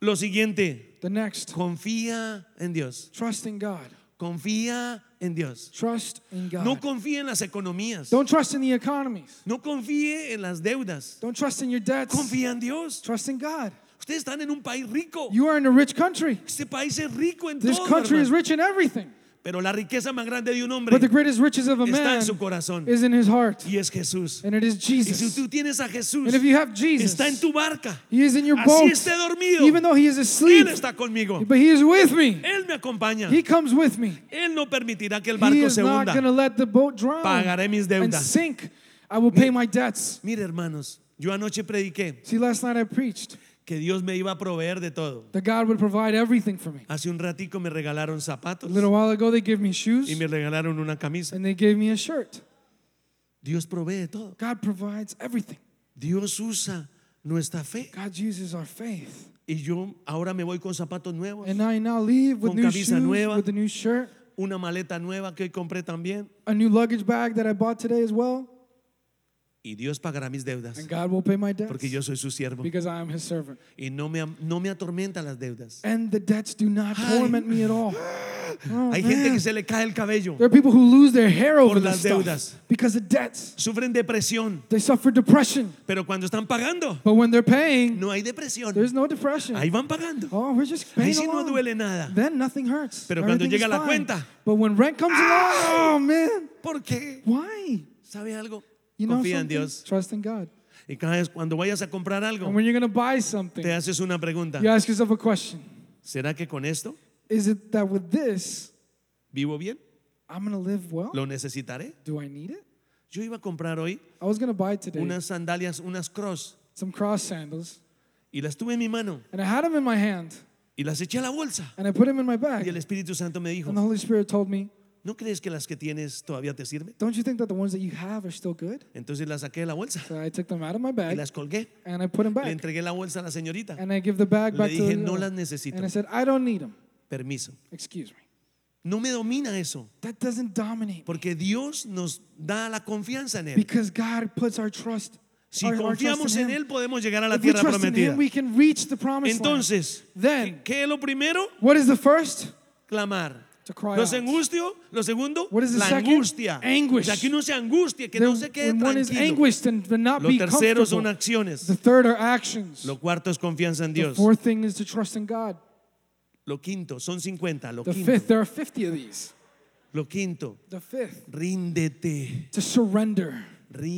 Lo siguiente,
The next.
confía en Dios.
Trust in God.
Confía en Dios.
Trust in God.
No confíe en las economías.
Don't trust in the economies.
No confíe en las deudas.
Don't trust in your debts.
Confía en Dios.
Trust in God.
Ustedes están en un país rico.
You are in a rich country.
Este país es rico en
This
todo.
country is
hermano.
rich in everything.
Pero la riqueza más grande de un hombre
But the greatest riches of a
está
man
en su corazón
is in his heart.
y es Jesús.
And it is
Y si
Jesus.
tú tienes a Jesús,
And if you have Jesus,
está en tu barca.
he is in your
Así
boat.
esté dormido.
Even though he is asleep,
Él está conmigo.
but he is with me.
Él me acompaña.
He comes with me.
Él no permitirá que el
He
barco
is
se
not going to
hunda.
let the boat drown
Pagaré mis
and
deudas.
sink. I will pay my debts.
Mire, hermanos, yo anoche prediqué
See, last night I preached
que Dios me iba a proveer de todo.
that God would provide everything for me.
Hace un ratico me regalaron
A
zapatos
little while ago, they gave me
y
shoes
me regalaron una camisa.
and they gave me a shirt.
Dios provee de todo.
God provides everything.
Dios usa nuestra fe.
God uses our faith.
Y yo ahora me voy con zapatos nuevos,
And I now leave with
Con
new
camisa
shoes,
nueva.
with a new shirt,
una maleta nueva que hoy compré también.
a new luggage bag that I bought today as well.
Y Dios pagará mis deudas
And God will pay my debts
porque yo soy su siervo
because I am his servant.
y no me, am- no me atormenta las deudas.
And the debts do not
Ay.
torment me at all. Oh,
Hay gente
man.
que se le cae el cabello,
There are people who lose their hair over
las
this stuff
deudas.
because of debts.
sufren depresión,
They suffer depression.
pero cuando están pagando,
But when they're paying,
no hay depresión.
there's no depression.
Ahí van pagando.
oh, we're just
Ahí
paying
sí no
along.
duele nada.
Then nothing hurts.
Pero cuando
Everything
llega
is
la
fine.
cuenta. Ah.
But when rent comes along, oh man,
¿Por qué?
why?
¿Sabe algo?
You know
Confía en
something?
Dios.
Trust in God.
Y cada vez cuando vayas a comprar
And
algo,
when you're gonna buy
te
something,
haces una pregunta.
you ask yourself a question:
¿Será que con esto
Is it that with this
vivo bien?
I'm gonna live well?
¿Lo necesitaré?
Do I need it?
Yo iba a comprar hoy
I was gonna buy today
unas sandalias, unas cross,
some cross sandals,
y las tuve en mi mano
and I had them in my hand,
y las eché a la bolsa.
and I put them in my bag,
Y el Espíritu Santo me dijo,
and the Holy Spirit told me,
¿no crees que las que tienes todavía te sirven?
"Don't you think that the ones that you have are still good?"
Entonces las saqué de la bolsa
So I took them out of my
y
bag
las colgué.
and I put them
Le
back,
entregué la bolsa a la señorita.
and I give the bag
Le
back to
dije,
the
no
girl."
las necesito.
and I said, "I don't need them."
Permiso.
Excuse me.
No me domina eso,
That doesn't dominate me.
porque Dios nos da la confianza en Él.
Because God puts our trust.
Si
our, our trust
confiamos en
in Him.
Él, podemos llegar a la
If we
tierra
trust in
prometida.
Him, we can reach the promised land.
Entonces,
Then-
¿qué es lo primero?
What is the first?
Clamar.
To cry
Lo
out.
segundo, lo segundo,
What is the
la
second?
angustia.
Anguish.
O sea, que uno se angustie, que
Then
no se quede
when one is
tranquilo.
anguished and to not
Lo
be
tercero son
comfortable.
acciones.
The third are actions.
Lo cuarto es confianza en
The
Dios.
fourth thing is to trust in God.
Lo quinto, son 50. Lo
The
quinto,
fifth, there are 50 of these.
Lo quinto,
The fifth,
ríndete,
to surrender.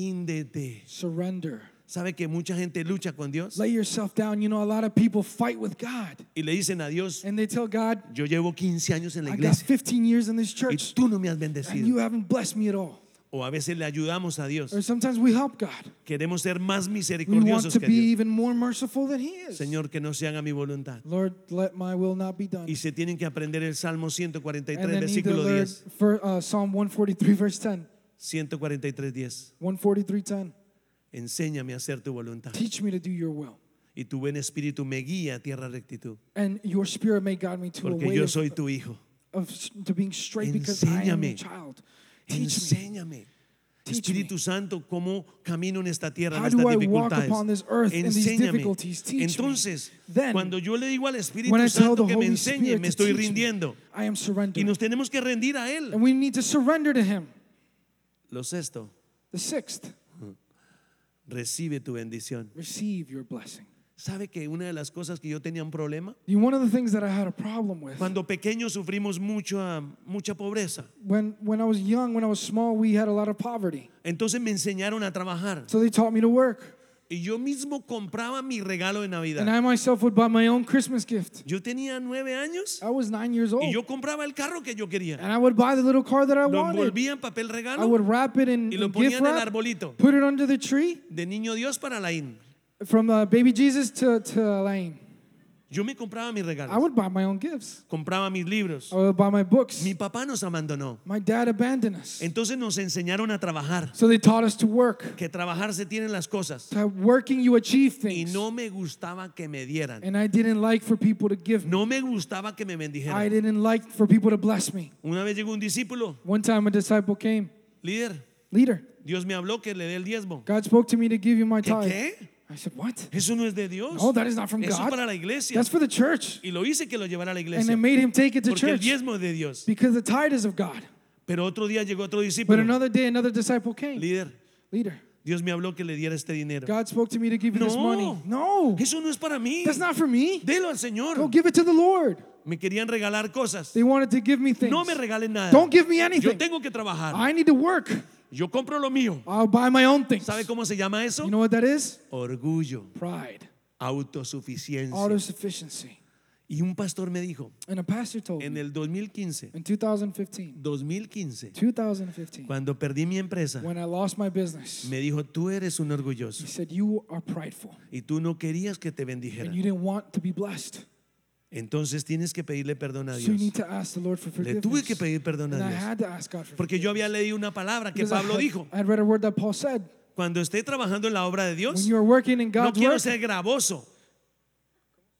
ríndete.
Surrender.
¿Sabe que mucha gente lucha con Dios?
Lay yourself down. You know, a lot of people fight with God
Y le dicen a Dios,
and they tell God,
yo llevo 15 años en la
I got
iglesia
15 years in this
y
church
tú no me has
and you
bendecido.
haven't blessed me at all.
O a veces le ayudamos a Dios.
Or sometimes we help God.
Queremos ser más
We want
misericordiosos
to
que
be
Dios.
even more merciful than He is.
Señor, que no se haga mi voluntad.
Lord, let my will not be done.
Y se tienen que aprender el Salmo 143,
And then need to
versículo
learn
10.
for, uh, Psalm 143, verse 10.
143, 10.
143, 10.
Enséñame a hacer tu voluntad.
Teach me to do your will.
Y tu buen espíritu me guía a tierra rectitud.
And your spirit may guide me to a
Porque
way
yo
of,
soy tu hijo.
of s- to being straight because I am your
Enséñame.
child. Teach me.
Enséñame.
Teach
Espíritu Santo, cómo camino en esta tierra, en
How
estas
do I walk upon
dificultades.
this earth in these
Enséñame.
difficulties? Teach me.
Entonces,
Then,
cuando yo le digo al Espíritu
When I tell the
Santo que me
Holy
enseñe,
Spirit
me
to
estoy
teach
rindiendo.
me, I am
Y
surrendering.
nos tenemos que rendir a Él.
And we need to surrender to Him.
Lo sexto,
The sixth,
recibe tu bendición.
receive your blessing.
¿Sabe que una de las cosas que yo tenía un problema?
You know, one of the things that I had a problem with
Cuando pequeños sufrimos mucho, ah, mucha pobreza.
when, when I was young, when I was small, we had a lot of poverty.
Entonces me enseñaron a trabajar.
So they taught me to work.
Y yo mismo compraba mi regalo de
And
Navidad.
I myself would buy my own Christmas gift.
Yo tenía nueve años
I was nine years old.
y yo compraba el carro que yo quería.
Oh. and I would buy the little car that I
Lo
wanted.
envolvía en papel
I
regalo
would wrap it in,
y lo
in
ponía
gift
en el
wrap,
arbolito.
put it under the tree
De niño Dios para Alain.
from uh, baby Jesus to, to Elaine.
Yo me compraba mis
I
regalos,
would buy my own gifts.
compraba mis libros.
I would buy my books.
Mi papá nos abandonó.
My dad abandoned us.
Entonces nos enseñaron a trabajar,
So they taught us to work.
que trabajar se tienen las cosas.
To working, you achieve
Y
things.
no me gustaba que me dieran.
And I didn't like for people to give me.
No me gustaba que me
I
bendijeran.
didn't like for people to bless me.
Una vez llegó un discípulo,
One time a disciple came,
líder,
leader.
Dios me habló que le dé el diezmo.
God spoke to me to give you my
¿Qué?
tithe.
qué?
I said, What?
Eso no es de Dios.
No, that is not from
Eso es
God.
para la iglesia.
That's for the church.
Y lo hice que lo llevara a la
And I
iglesia.
made him take it to
Porque el
church
diezmo es de Dios.
because the tithe is of God.
Pero otro día llegó otro
But
discípulo.
another day, another disciple came,
Líder,
leader.
Dios me habló que le diera este dinero.
God spoke to me to give you this
No.
money. No,
Eso no es para mí.
that's not for me.
Delo al
Go
Señor.
give it to the Lord.
Me querían regalar cosas.
They wanted to give me things.
No me regalen nada.
Don't give me
Yo
anything.
tengo que trabajar.
I need to work.
Yo compro lo mío.
I'll buy my own things.
¿Sabe cómo se llama eso?
You know what that is?
Orgullo,
Pride,
autosuficiencia.
autosufficiency.
Y un pastor me dijo,
And a pastor told
en
me
el 2015,
in 2015,
2015,
2015,
cuando perdí mi empresa,
when I lost my business,
me dijo, tú eres un
he
orgulloso
said, You are prideful
y tú no querías que te
and
bendijeran.
you didn't want to be blessed.
Entonces tienes que pedirle perdón a
So you
Dios.
need to ask the Lord for
Le
forgiveness.
tuve que pedir perdón
and
a
I
Dios.
had to ask God for
Porque yo
forgiveness.
había leído una palabra que
Because I
Pablo
had-
dijo.
I had read a word that Paul said.
Cuando esté trabajando en la obra de
When
Dios,
you are working in
no
God's
quiero
work,
ser gravoso.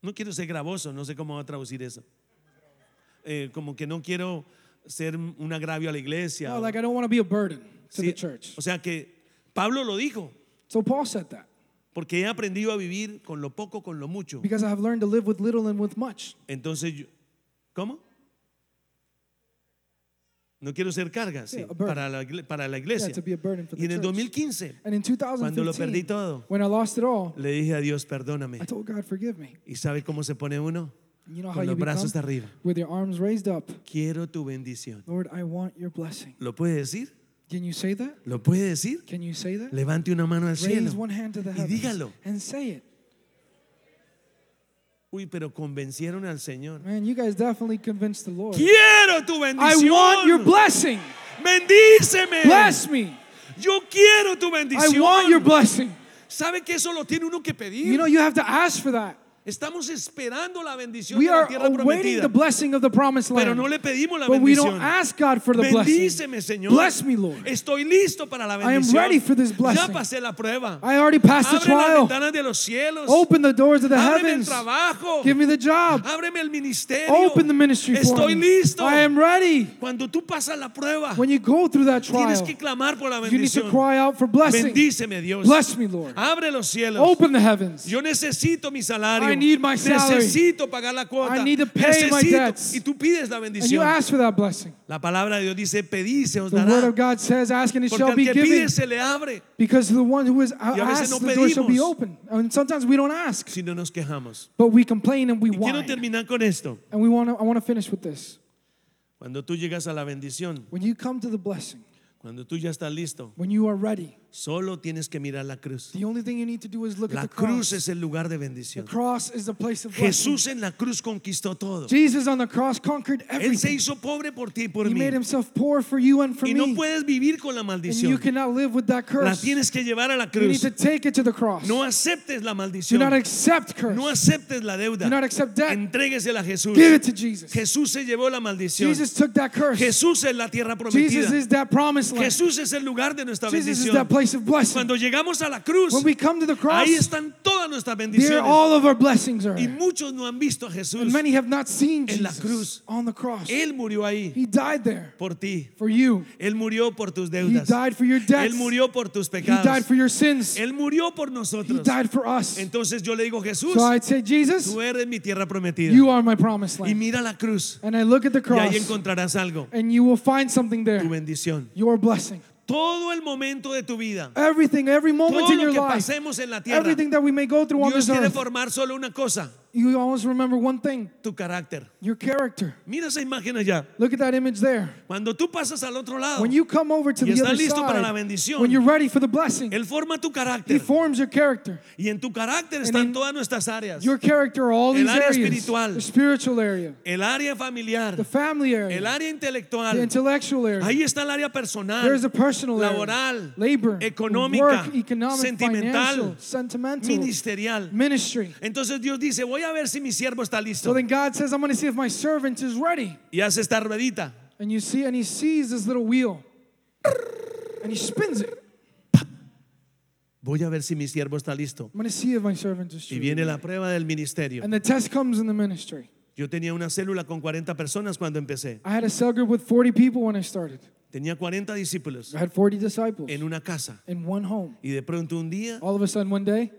No quiero ser gravoso, no sé cómo va a traducir eso. Eh, como que no quiero ser un agravio a la iglesia.
no,
o-
oh, like I don't want to be a burden to
Sí,
the church.
O sea que Pablo lo dijo,
So Paul said that
porque he aprendido a vivir con lo poco, con lo mucho.
because I have learned to live with little and with much.
Entonces, yo- ¿cómo? No quiero ser carga sí,
a burden.
para, la, igle- para la
Yeah,
iglesia.
to be a burden for the
Y en el
church.
2015
And in 2015,
Cuando lo perdí todo.
when I lost it all,
le dije a Dios, perdóname.
I told God, forgive me.
¿Y sabe cómo se pone uno?
You know how
Con
you
los brazos
become?
arriba.
With your arms raised up.
Quiero tu bendición.
Lord, I want your blessing.
¿Lo puede decir?
Can you say that?
¿Lo puede decir?
Can you say that?
Levante una mano al
Raise
cielo.
one hand to the
Y
heavens
dígalo.
and say it.
Uy, pero convencieron al Señor.
Man, you guys definitely convinced the Lord.
Quiero tu
I want your
bendición.
blessing.
Bendíceme.
Bless me.
Yo quiero tu
I want your
bendición.
blessing.
¿Sabe que eso lo tiene uno que
You
pedir?
know, you have to ask for that.
Estamos esperando la bendición
We
de la
are
tierra
awaiting
prometida,
the blessing of the promised
pero no
land.
le pedimos la
But we don't
bendición.
ask God for the blessing.
Bendíceme, Señor.
Bless me, Lord.
Estoy listo para la
am
bendición.
ready for this
ya
blessing.
pasé la prueba.
I already passed the
Abre las
trial.
ventanas de los cielos.
Open the doors of the
Ábreme el
heavens.
trabajo.
Give me the job.
Ábreme el ministerio.
Open the ministry for
Estoy
me.
listo.
I am ready.
Cuando tú pasas la prueba,
When you go through that
tienes
trial,
que clamar por la
you need to
bendición.
cry out for blessing.
Bendíceme, Dios.
Bless me, Lord.
Abre los cielos.
Open the heavens.
Yo necesito mi salario.
I need my salary.
Necesito pagar la cuota.
I need to pay my
Necesito.
debts.
Y tú pides la
And you
bendición.
ask for that blessing.
La palabra de Dios dice, pedí, se os
The word
dará.
of God says, ask and it
Porque
shall
al
be
que pide
given.
se le abre.
Because the one who is
Y a veces
asked,
no
the door shall be
pedimos.
open. And sometimes we don't ask,
Si no nos quejamos.
but we complain and we
Y quiero
whine.
terminar con esto.
And we want to. I want to finish with this.
Cuando tú llegas a la bendición,
When you come to the blessing,
cuando tú ya estás listo,
when you are ready,
solo tienes que mirar la cruz.
the only thing you need to do is look
La
at the cross.
cruz es el lugar de
the
bendición.
cross is the place of blessing.
Jesús en la cruz conquistó todo.
Jesus on the cross conquered
Él se
everything.
hizo pobre por ti y por
He
mí.
made himself poor for you and for
Y
me.
no puedes vivir con la
and you
maldición.
cannot live with that
La
curse.
tienes que llevar a la
You
cruz.
need to take it to the cross.
No aceptes la
Do not
maldición.
accept curse.
No aceptes la deuda.
Do not accept debt.
Entréguesela a Jesús.
Give it to Jesus.
Jesús se llevó la maldición.
Jesus took that curse.
Jesús es la tierra
Jesus
prometida.
is that promised land.
Jesús es el lugar de nuestra
Jesus is
bendición.
that place of blessing.
Cuando llegamos a la cruz,
When we come to the cross,
ahí están todas nuestras
there
bendiciones.
all of our blessings are.
Y muchos no han visto a Jesús.
And many have not seen
En la
Jesus
cruz.
on the cross.
Él murió ahí
He died there
por ti.
for you.
Él murió por tus
He
deudas.
died for your
Él
debts.
murió por tus
He died
pecados.
for your sins.
Él murió por
He
nosotros.
died for us.
Entonces yo le digo, Jesús,
So I'd say, Jesus,
tú eres mi tierra prometida.
you are my promised
Y
land.
mira la cruz.
And I look at the
Y ahí
cross,
encontrarás algo.
and you will find something
Tu
there
bendición.
your blessing.
Todo el momento de tu vida.
Everything, every moment
Todo
in
lo
your
que
life,
pasemos en la tierra.
everything that we may go through on
Dios
this
quiere
earth,
formar solo una cosa.
you always remember one thing
Tu carácter.
your character.
Mira esa imagen allá.
Look at that image there.
Cuando tú pasas al otro lado,
When you come over to
Y
the
está
other
listo para la
side,
bendición.
when you're ready for the blessing,
Él forma tu
He
carácter.
forms your character.
Y en tu carácter
in
están todas nuestras áreas.
Your character are all
El
these
área
areas.
espiritual.
The spiritual area,
El área familiar.
the family
El
area,
área
the
intelectual.
intellectual area.
Ahí está el área personal.
There's a personal area,
laboral,
labor,
económica,
work, economic,
sentimental,
financial, sentimental,
ministerial.
ministry.
Entonces Dios dice, voy a ver si mi siervo está
So
listo.
then God says, I'm going to see if my servant is ready.
Y hace esta ruedita.
And you see, and he sees this little wheel, and he spins it.
Voy a ver si mi siervo está listo.
I'm going to see if my servant is
Y
true.
viene la prueba del ministerio.
And the test comes in the ministry.
Yo tenía una célula con 40 personas cuando empecé.
I had a cell group with 40 people when I started.
Tenía 40 discípulos
I had 40 disciples
en una casa.
in one home.
Y de pronto un día
All of a sudden, one day,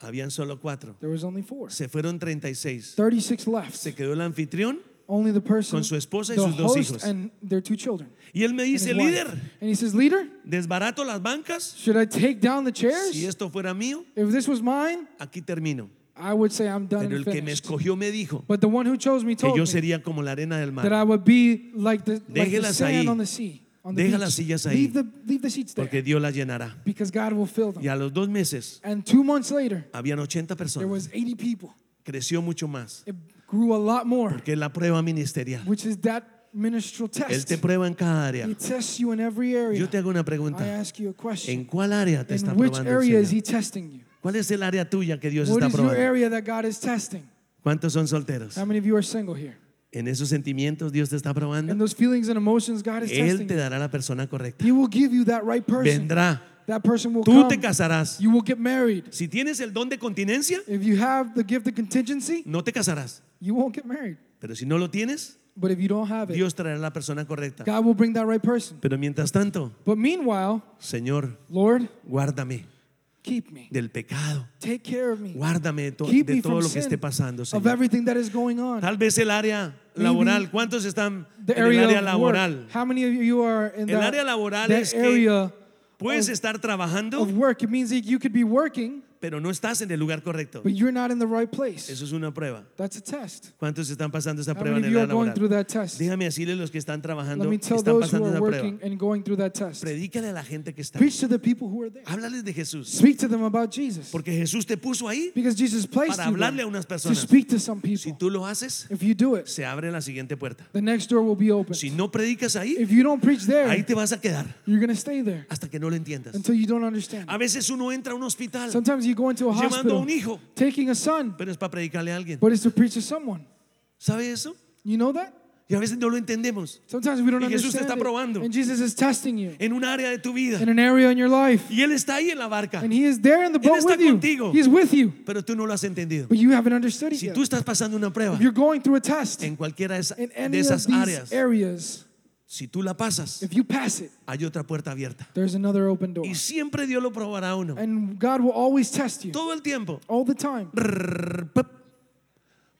habían solo cuatro.
there was only four.
Se fueron 36.
36 left.
Se quedó el anfitrión
Only the person,
con su esposa y
the
sus dos
host,
hijos.
and their two children.
Y él me
and his
dice,
wife.
líder,
And he says, Leader,
desbarato las bancas.
should I take down the chairs?
Si esto fuera mío,
If this was mine,
aquí termino.
I would say I'm done
Pero el
and
que me
finished.
escogió me dijo
But the one who chose me
que
told
yo
me
sería como la arena del
that
mar.
I would be like the, like the
Déjelas
sand
ahí.
on the sea. On the
Deja
beach.
las sillas ahí.
leave, the, leave the seats there
Porque Dios la llenará.
because God will fill them.
Y a los dos meses
And two months later,
habían 80
there
personas.
was 80 people.
Creció mucho más.
It grew a lot more,
Que es la prueba ministerial.
which is that ministerial
Él
test.
te prueba en cada área.
He tests you in every area.
Yo te hago una
I
pregunta.
ask you a
¿En
question.
cuál área te está
In which
probando el
area is
Señor?
he testing you?
¿Cuál es el área tuya que Dios
What
está
is your
probando?
area that God is testing?
¿Cuántos son solteros?
How many of you are single here?
¿En esos sentimientos Dios te está
And
probando?
those feelings and emotions God is
Él
testing.
te
you.
dará la persona correcta.
He will give you that right person.
Vendrá.
That person will
Tú
come.
te casarás.
You will get married.
Si tienes el don de continencia,
If you have the gift of contingency,
no te casarás.
you won't get married.
Pero si no lo tienes,
But if you don't have it,
Dios traerá la persona correcta.
God will bring that right person.
Pero mientras tanto,
But meanwhile,
Señor,
Lord,
guárdame
keep me.
del pecado.
Take care of me.
Guárdame de, to-
Keep
de
me
todo
from
lo que esté
sin,
pasando,
of
Señor.
everything that is going on.
Tal vez el área laboral. ¿Cuántos están
The
en el área
area of
laboral?
work. How many of you are in
El
that,
área laboral
that
es que
area
Puedes
of-
estar
of
trabajando,
work? It means that you could be working,
pero no estás en el lugar correcto.
but you're not in the right place.
Eso es una prueba.
That's a test.
¿Cuántos están pasando esa
How
prueba en
many of
el
you are
área
going through
laboral?
that test?
Déjame decirle a los que están
Let
trabajando,
me
que
tell
están
those who
pasando
are
esa prueba.
working and going through that test.
Predícale a la gente que está. ahí.
Preach to the people who are there.
Háblales de Jesús,
Speak to them about Jesus.
porque Jesús te puso ahí
Because Jesus placed
para
you
hablarle a
there
unas
to
personas.
speak to some
Si
people.
tú lo haces,
If you do it,
se abre la siguiente puerta.
the next door will be open.
Si no predicas ahí,
If you don't preach
ahí
there,
te vas a quedar
you're going to stay there
hasta que no lo entiendas.
until you don't understand.
A veces uno entra a un hospital,
Sometimes you go into a
llevando a
hospital
un hijo,
taking a son,
pero es para predicarle a alguien.
but it's to preach to someone.
¿Sabe eso?
You know that?
Y a veces no lo entendemos.
Sometimes we don't
Y Jesús te
understand
está
it.
probando.
And Jesus is testing you
En un área de tu vida.
in an area in your life.
Y Él está ahí en la barca,
And he is there in the
Él
boat
está
with you.
contigo.
He's with you.
pero tú no lo has entendido.
But you haven't understood it
Si
yet.
tú estás pasando una prueba
If you're going through a test
en cualquiera de esa-
in
de
any of
esas áreas,
these areas,
si tú la pasas,
if you pass it,
hay otra puerta abierta.
there's another open door.
Y siempre Dios lo probará a uno.
And God will always test you
Todo el tiempo.
all the time
Rrr, pap.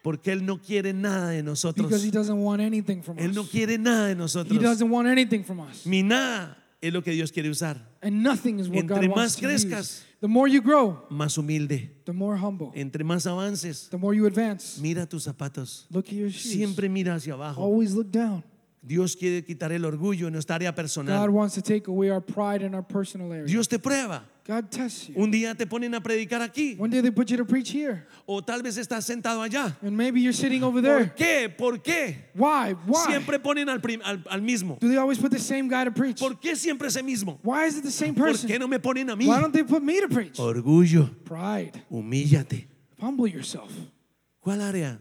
Porque Él no quiere nada de
because He
nosotros.
doesn't want anything from
Él no
us.
quiere nada de
He
nosotros.
doesn't want anything from us.
Mi nada es lo que Dios quiere usar.
And nothing is what God
Entre más
wants to
crezcas,
use. The more you grow,
Más humilde.
the more humble.
Entre más avances,
The more you advance,
mira tus zapatos.
look at your shoes. Oh.
Siempre mira hacia abajo.
Always look down.
Dios quiere quitar el orgullo en nuestra área
God
personal.
wants to take away our pride and our personal area.
Dios te prueba.
God tests you.
Un día te ponen a predicar aquí
One day they put you to preach here,
o tal vez estás sentado allá.
and maybe you're sitting
¿Por
over there.
qué? ¿Por qué?
Why? Why?
Siempre ponen al, prim- al- al mismo.
Do they always put the same guy to preach?
¿Por qué siempre ese mismo?
Why is it the same
¿Por qué
person?
no me ponen a mí?
Why don't they put me to preach?
Orgullo,
Pride.
humíllate.
Humble yourself.
¿Cuál área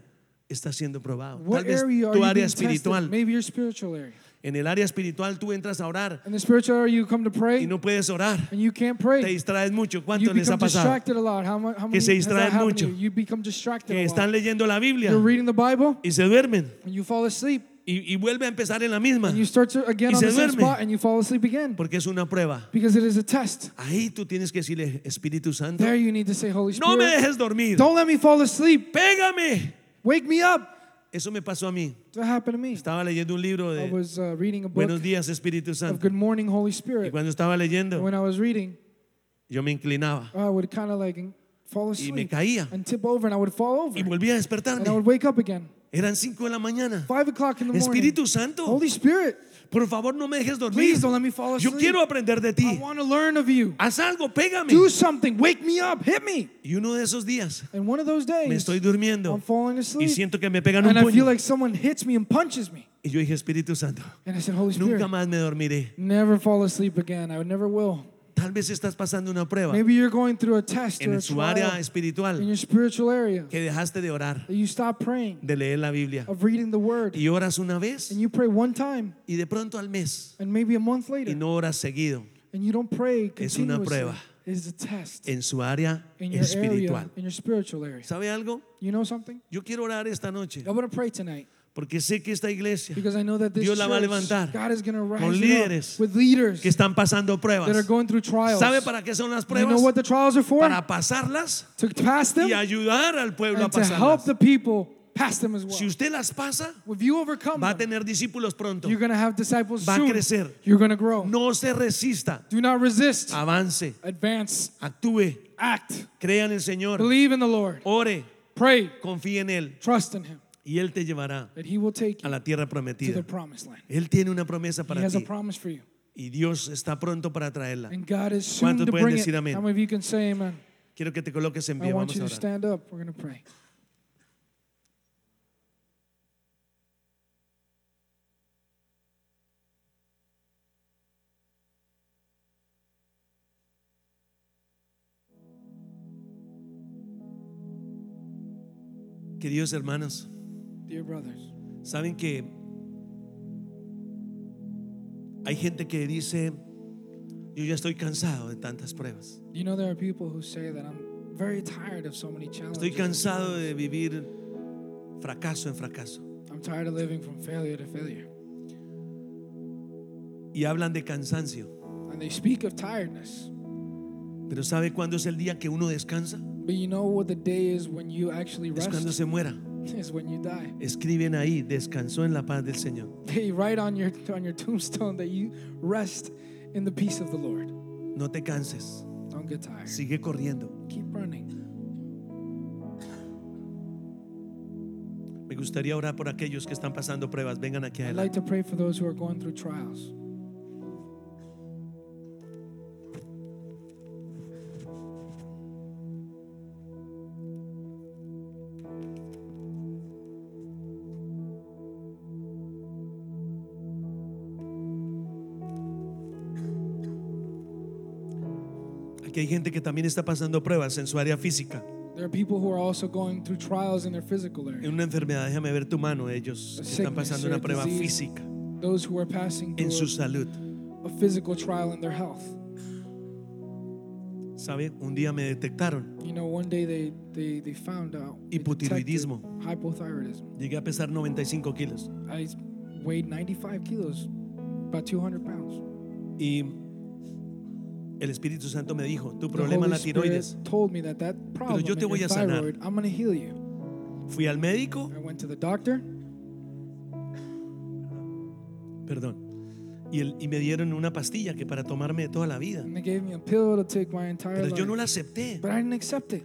está siendo probado? Tal
What
vez
area are
tu
you
área
being tested?
espiritual.
Maybe your spiritual area.
En el área espiritual tú entras a orar
In the spiritual area, you come to
y
pray
no puedes orar.
and you can't
Te
pray.
distraes mucho.
You
¿Cuánto les ha
become
pasado?
distracted a lot. How, mu- how many
se
has that
distraen
happened to
mucho.
you? You become distracted
Que
a lot.
están leyendo la Biblia
You're reading the Bible
y se duermen
and you fall asleep
y, y vuelve a empezar en la misma
and you start to again
Y
on
se
the same
duerme.
spot and you fall asleep again
porque es una prueba.
because it is a test.
Ahí tú tienes que decirle, Espíritu Santo,
There you need to say, Holy
no me
Spirit,
dejes dormir,
don't let me fall asleep.
pégame.
Wake me up.
Eso me pasó a mí.
That happened to me.
Estaba leyendo un libro
I
de
was uh, reading a
Buenos
book
días, Espíritu
of
Santo.
Good Morning, Holy
Y
Spirit.
cuando estaba leyendo,
When I was reading,
yo me inclinaba
I would kind of like fall
y me
asleep
caía
and tip over and I would fall over
y volvía a
and I
despertarme.
would wake up again.
Eran 5 de la mañana.
Five o'clock in the morning.
Espíritu Santo,
Holy Spirit,
por favor no me dejes dormir.
please don't let me fall
Yo
asleep.
quiero aprender de
I
ti.
want to learn of you.
Haz algo, pégame.
Do something. Wake me up. Hit me.
Y uno de esos días
And one of those
me
days,
estoy durmiendo
I'm falling
y
asleep.
siento que me pegan un
And I feel
puño.
like someone hits me and punches me.
Y yo dije, Espíritu Santo,
And I said, Holy Spirit,
nunca más me dormiré.
never fall asleep again. I never will.
Tal vez estás pasando una prueba
Maybe you're going through a test or a
en su área
trial in
espiritual
your spiritual area
que dejaste de orar,
that you stop praying,
de leer la Biblia.
of reading the word,
Y oras una vez
and you pray one time
y de pronto al mes
and maybe a month
y
later,
no oras seguido
and you don't pray
Es una
continuously.
prueba.
It's a test
en su área
in your area,
espiritual.
in your spiritual area.
¿Sabe algo?
You know something?
Yo quiero orar esta noche
I want to pray tonight
porque sé que esta iglesia
because I know that this
Dios la va a
church,
levantar
God is going to rise
con
it
líderes
up with leaders
que están pasando
that are
pruebas.
going through trials.
¿Sabe para qué son las
you
pruebas?
know what the trials are for?
Para pasarlas
to pass them
y ayudar al pueblo a
and to help
pasarlas.
the people pass them as well.
Si usted las pasa,
if you overcome
va a
them,
tener discípulos pronto.
you're going to have disciples
Va a
soon.
crecer.
You're going to grow.
No se resista,
Do not resist.
avance,
Advance.
actúe,
Act.
crea en el Señor,
Believe in the Lord.
ore,
Pray.
confíe en Él
Trust in Him
y Él te llevará
that He will take
a
you
la tierra
to the
prometida.
promised land.
Él tiene una promesa
He
para
has a
ti
promise for you.
y Dios está pronto para traerla.
And God is soon
¿Cuántos
to
pueden
bring
decir
it.
amén?
How many of you can say amen?
Quiero que te coloques en
I
pie,
want
vamos
you
a
to
orar.
stand up. We're going to pray.
Queridos hermanos,
Dear brothers,
saben que hay gente que dice, yo ya estoy cansado de tantas pruebas.
you know there are people who say that I'm very tired of so many challenges.
Estoy cansado de vivir fracaso en fracaso.
I'm tired of living from failure to failure.
Y hablan de cansancio.
And they speak of tiredness.
Pero ¿sabe cuándo es el día que uno descansa?
But you know what the day is when you actually
Es cuando
rest
se muera.
*laughs* is when you die.
Escriben ahí, descansó en la paz del Señor.
They write on your on your tombstone that you rest in the peace of the Lord.
No te canses,
Don't get tired.
sigue corriendo.
Keep running.
Me gustaría orar por aquellos que están pasando pruebas. Vengan aquí
I'd
adelante.
like to pray for those who are going through trials.
Aquí hay gente que también está pasando pruebas en su área física.
There are people who are also going through trials in their physical area.
En una enfermedad, déjame ver tu mano, ellos que están pasando una prueba física
Those who are passing
en su
through
salud.
a physical trial in their health.
¿Sabe? Un día me detectaron.
You know, one day they they, they found out they detected
Hipotiroidismo.
hypothyroidism.
Llegué a pesar 95 kilos.
I weighed 95 kilos, about 200 pounds.
Y el Espíritu Santo me dijo, tu
The
problema es la
Holy Spirit
tiroides.
told me that that problem
yo te
in
voy
your
a sanar.
thyroid, I'm going to heal you.
Fui al médico,
I went to the doctor
perdón, y, el- y me dieron una pastilla que para tomarme de toda la vida.
and they gave me a pill to take my entire
Pero
life.
yo no la acepté.
but I didn't accept it.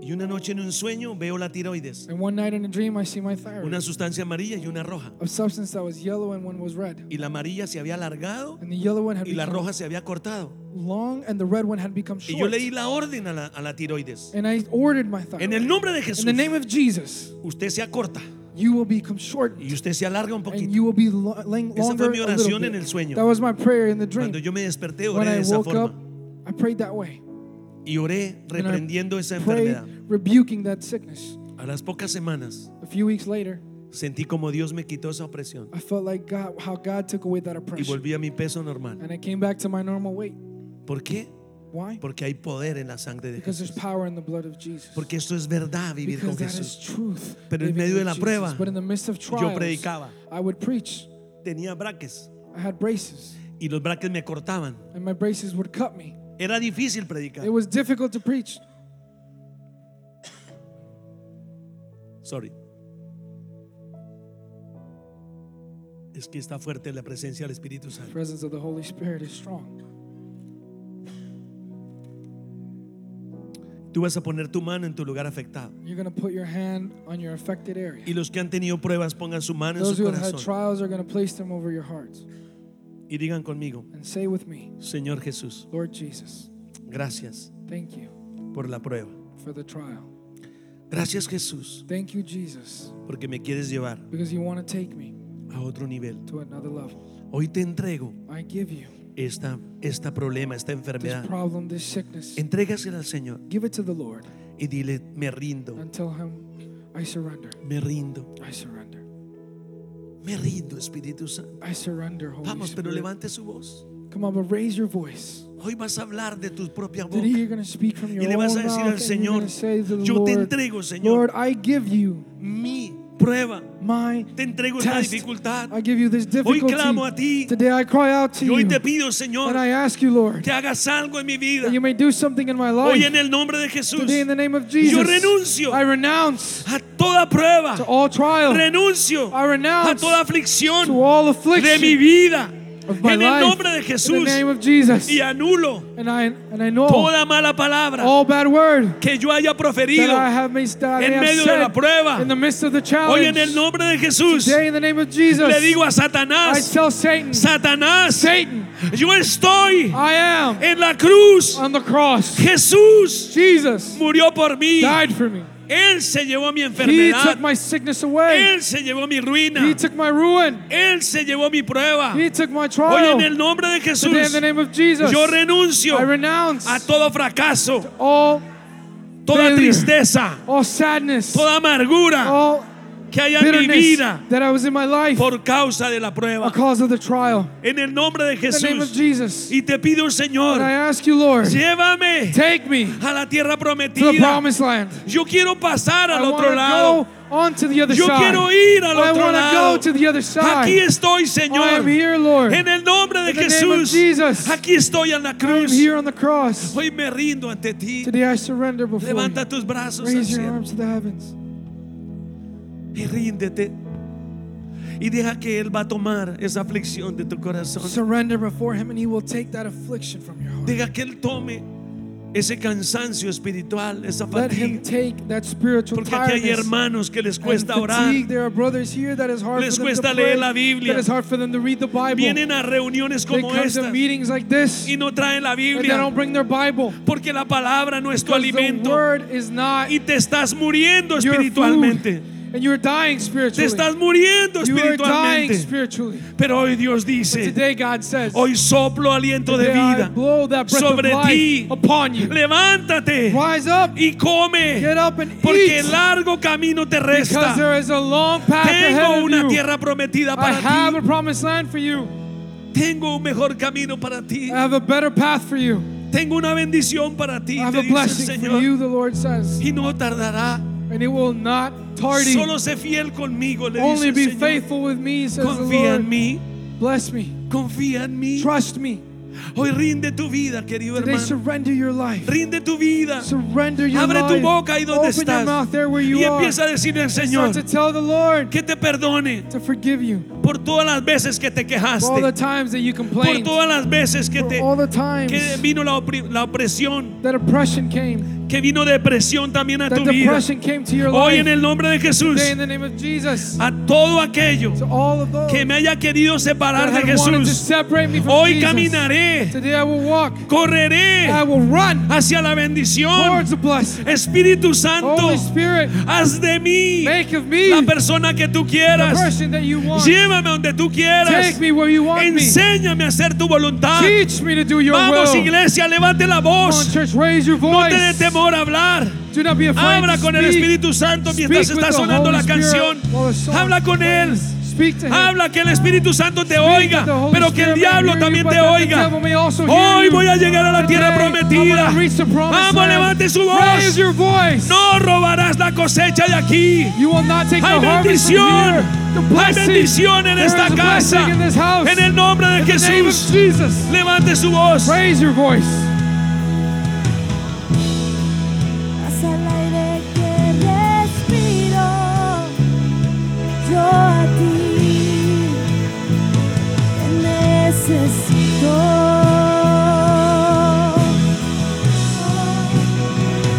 Y Y una noche en un sueño veo la tiroides,
And one night in a dream, I see my thyroid,
una sustancia amarilla y una roja.
a substance that was yellow and one was red.
Y la amarilla se había alargado
And the yellow one had
y la
become
roja se había cortado.
long and the red one had become
Y yo
short.
le di la orden a la, a la tiroides.
And I ordered my thyroid.
En el nombre de
in
Jesús,
the name of Jesus,
usted se acorta
you will become short
y usted se alarga un
and
poquito.
you will be lo- lang-
Esa fue
longer
mi
a little
oración en
bit.
el sueño.
That was my prayer in the dream.
Cuando yo me desperté,
when
oré de
I
esa
woke up,
forma.
I prayed that way.
Y oré
And I
reprendiendo esa
prayed,
enfermedad.
rebuking that sickness.
A las pocas semanas
A few weeks later,
sentí como Dios me quitó esa opresión
I felt like God, how God took away that
y
oppression.
volví a mi peso normal.
And I came back to my normal weight.
¿Por qué?
Why?
Porque hay poder en la sangre de
Because
Jesús.
there's power in the blood of Jesus.
Porque esto es verdad vivir
because
con
that is
Jesús.
truth.
Pero en
living
medio de
with
la
Jesus.
prueba,
but in the midst of trials,
predicaba.
I would preach.
Tenía braques
I had braces,
y los braques me cortaban.
and my braces would cut me.
Era difícil predicar.
It was difficult to preach.
Sorry. Es que está fuerte la presencia del Espíritu
The
Santo.
presence of the Holy Spirit is strong.
Tú vas a poner tu mano en tu lugar afectado.
You're going to put your hand on your affected area.
Y los que han tenido pruebas pongan su mano en
Those
su
who have had
corazón
trials are going to place them over your hearts
y digan conmigo,
and say with me,
Señor Jesús,
Lord Jesus,
gracias
thank you
por la prueba.
for the trial.
Gracias Jesús,
Thank you, Jesus,
porque me quieres llevar
because you want to take me
a otro nivel.
to another level.
Hoy te entrego
I give you
esta, esta problema, esta
this
enfermedad.
problem, this sickness.
Entrégasela al Señor
Give it to the Lord
y dile, me rindo,
and tell him, I surrender.
me rindo,
I surrender.
me rindo, Espíritu Santo.
I surrender, Holy
Vamos, pero
Spirit.
levante su voz.
Come on, but raise your voice.
Hoy vas a hablar de tu propia
Today you're
boca.
going to speak from your
Y le
own
vas a
mouth
decir al
and you're
Señor,
going to say to the
"Yo
Lord,
te entrego, Señor,
Lord, I give you
Mi prueba.
my
Te entrego esta
test.
dificultad.
I give you this difficulty.
clamo a ti.
Today I cry out to
Y hoy
you
te pido,
and
Señor,
I ask you, Lord,
que hagas algo en mi vida.
that you may do something in my life.
Hoy en el nombre de Jesús.
Today in the name of Jesus,
renuncio
I renounce
A toda prueba.
to all trial.
Renuncio
I
a
renounce
toda aflicción
to all
de
affliction
mi vida.
of my
En el
life.
nombre de
in
Jesús.
the name of Jesus.
Y anulo
And I and I know
toda mala palabra
all bad word
que yo haya
that
proferido.
I have made that I
en
have
medio de
said
la prueba.
in the midst of the challenge.
Hoy en el nombre de Jesús.
Today in the name of Jesus,
Le digo a
I
Satanás.
tell Satan,
Satanás.
Satan,
Yo estoy
I am
en la cruz.
on the cross.
Jesús
Jesus
murió por mí.
died for me.
Él se llevó mi
He took
enfermedad.
my sickness away.
Él se llevó mi
He
ruina.
took my ruin.
Él se llevó mi prueba.
He took my
Hoy
trial.
en el nombre de Jesús,
Today in the name of Jesus,
yo renuncio
I renounce
a todo fracaso,
all
toda
failure,
tristeza,
all sadness,
toda amargura
all
que haya en mi
bitterness
vida
that I was in my life
por causa de la prueba.
because of the trial.
En el nombre de
In the name of
Jesús.
Jesus,
Y te pido,
and I
Señor,
ask you, Lord,
llévame
take me
a la tierra
to the
prometida.
promised land.
Yo quiero pasar al
I want
otro
to
lado.
go on to the other
Yo
side.
quiero ir al
I
otro
want to
lado.
go to the other side. Oh,
Aquí estoy,
I
Señor.
am here, Lord.
En el nombre de
In the name of
Jesús.
Jesus.
Aquí estoy en la
I am
cruz.
here on the cross.
Hoy me rindo ante ti.
Today I surrender before
Levanta tus
you.
brazos al
Raise your
cielo.
arms to the heavens
y ríndete y deja que Él va a tomar esa aflicción de tu corazón.
surrender before him and he will take that affliction from your heart
Deja que Él tome ese cansancio espiritual, esa
let him
fatiga.
take that spiritual
Porque aquí hay
tiredness
hermanos que les
and
cuesta orar,
fatigue there are brothers here that is hard
Les
for them to
cuesta
pray,
leer la Biblia.
that is hard for them to read the Bible
vienen a reuniones
they
como
come to
esta
meetings like this
y no traen la
and they don't
Biblia
bring their Bible
porque la palabra no es tu
because the
alimento
word is not
y te estás muriendo
your
espiritualmente.
food and you're dying
Te
spiritually
estás muriendo
you are dying
espiritualmente.
spiritually
Pero hoy Dios dice,
today God says
hoy soplo aliento de
today I
vida
blow that breath
sobre
of life
ti.
upon you
Levántate.
rise up
y come,
Get up and
porque
eat
el largo camino te
because
resta.
there is a long path ahead
Tengo
of
una
you.
tierra prometida
I
para
have
ti.
a promised land for you.
Tengo un mejor camino para ti.
I have a better path for you.
Tengo una bendición para ti,
I have
te
a
dice el
blessing for
Señor.
you, the Lord says.
Y no tardará.
And it will not tardy.
Solo sé fiel conmigo, le dice
Only
el
be
Señor.
faithful with me, says
Confía
the
en
Lord.
mí,
Bless me.
confía en mí.
Trust me.
Hoy rinde tu vida, querido
Today
hermano.
surrender your life.
Rinde tu vida.
Surrender your
Abre
life.
tu boca ahí donde
Open your
estás.
mouth there where you
Y
are.
empieza a decirle al
Start
Señor
to tell the Lord
que te perdone
to forgive you
por todas las veces que te
For all the
quejaste,
times that you
por
complained,
todas las veces que,
for
te,
all the
que
times
vino la, opri- la opresión,
that oppression came,
que vino depresión también a
that
tu vida.
depression came to your
Hoy en
life.
el nombre de Jesús,
Today, in the name of Jesus,
a todo aquello
to all of those
que me haya querido
that
separar de
have wanted to
Jesús,
separate me from
hoy
Jesus,
caminaré,
today I will walk,
correré
I will run
hacia la bendición.
towards the blessing.
Espíritu
Holy
Santo,
Spirit,
haz de mí
make of me
la
the
persona que tú quieras.
person that you want.
Llévame donde tú
Take
quieras.
me where you want me.
Enséñame a hacer tu voluntad.
Teach me to do your
Vamos,
will.
iglesia, levante la
Come on,
voz.
church, raise your
No te dé
voice.
temor a hablar.
Do not be afraid
Habla
to
con el
speak.
Espíritu Santo mientras
Speak with
está
the
sonando
Holy
la
Spirit
canción.
while the song
Habla con él.
plays. Speak to him.
Habla que el Espíritu Santo te
Speak
oiga,
that the Holy
pero que el
Spirit may
diablo
hear you,
también
but
te
that the
oiga.
devil may also hear
Hoy
you.
voy a llegar a la tierra
Today, I'm gonna
prometida.
reach the promised
Vamos,
land.
levante su
Raise
voz.
your voice.
No robarás la cosecha de aquí.
You will not take
Hay
the harvest from
bendición.
here. The
Hay
blessing.
bendición en
There is
esta
a blessing
casa.
in this house.
En el nombre de
In the name of
Jesús.
Jesus.
Levante su voz.
Raise your voice.
Haz el aire que respiro, yo a ti te necesito.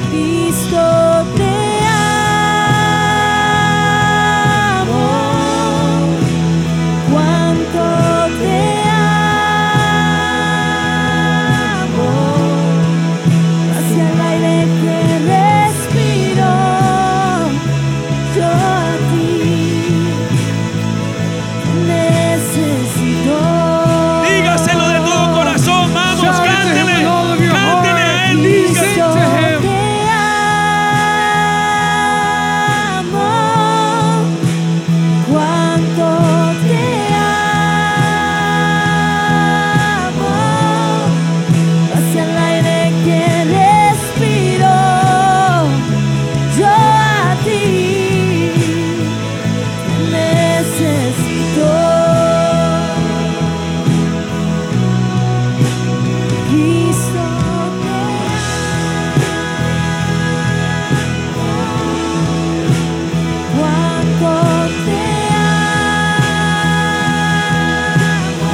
Cristo te amo, cuánto te amo. Hacia el aire que respiro, yo a ti necesito.
Dígaselo de todo corazón. Vamos,
Shout it to him
cántele.
with all of your
Cántele a
heart.
él.
Diga-
Dígaselo.
Sing to him.
Te amo, cuánto te amo. Hacia el aire que respiro, yo a ti te necesito. Cristo te amo, cuánto te amo,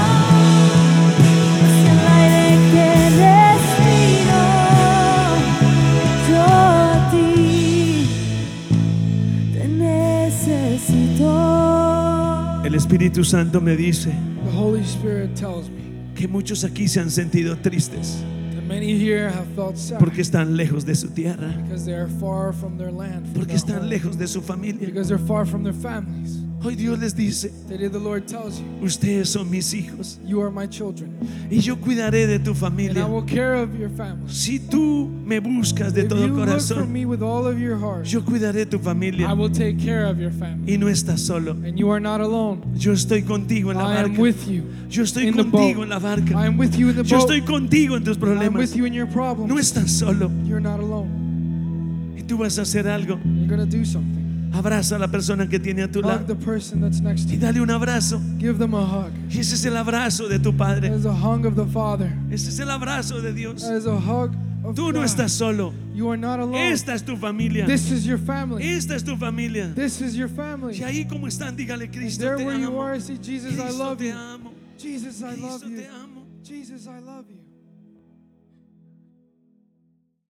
hacia el aire que respiro, yo a ti te necesito.
El Espíritu Santo me dice
The Holy Spirit tells me
que muchos aquí se han sentido tristes
that many here have felt sad
porque están lejos de su tierra,
because they are far from their land, from
porque
their home,
están lejos de su familia.
because they're far from their families.
Hoy Dios les dice,
Today the Lord tells you,
ustedes son mis hijos
you are my children,
y yo cuidaré de tu
and I
familia.
will care of your family.
Si tú me buscas de
If
todo
you look for
corazón,
me with all of your heart,
yo cuidaré tu
I
familia
will take care of your family.
y no estás solo.
And you are not alone.
Yo estoy contigo en la
I am
barca.
with you.
Yo estoy
in the
contigo
boat.
en la
I
barca.
am with you in the
Yo
boat.
estoy contigo en tus
I am
problemas.
with you in your
No
problems.
estás solo
You're not alone.
y tú vas a hacer algo.
You're going to do something.
Abraza a la persona que tiene a tu
Hug
lado
the person that's next to
y
you.
dale un abrazo.
Give them a hug.
Y Ese es el abrazo de tu Padre.
That is a hug of the Father.
Ese es el abrazo de Dios.
That is a hug of
Tú no
God.
estás solo.
You are not alone.
Esta es tu familia.
This is your family.
Esta es tu familia.
This is your family.
Y ahí como están, dígale, Cristo
There
te
where you
amo.
are, say, Jesus, I
Cristo
love
te
you.
amo.
Jesus, I
Cristo
love you.
te amo.
Jesus, I love you.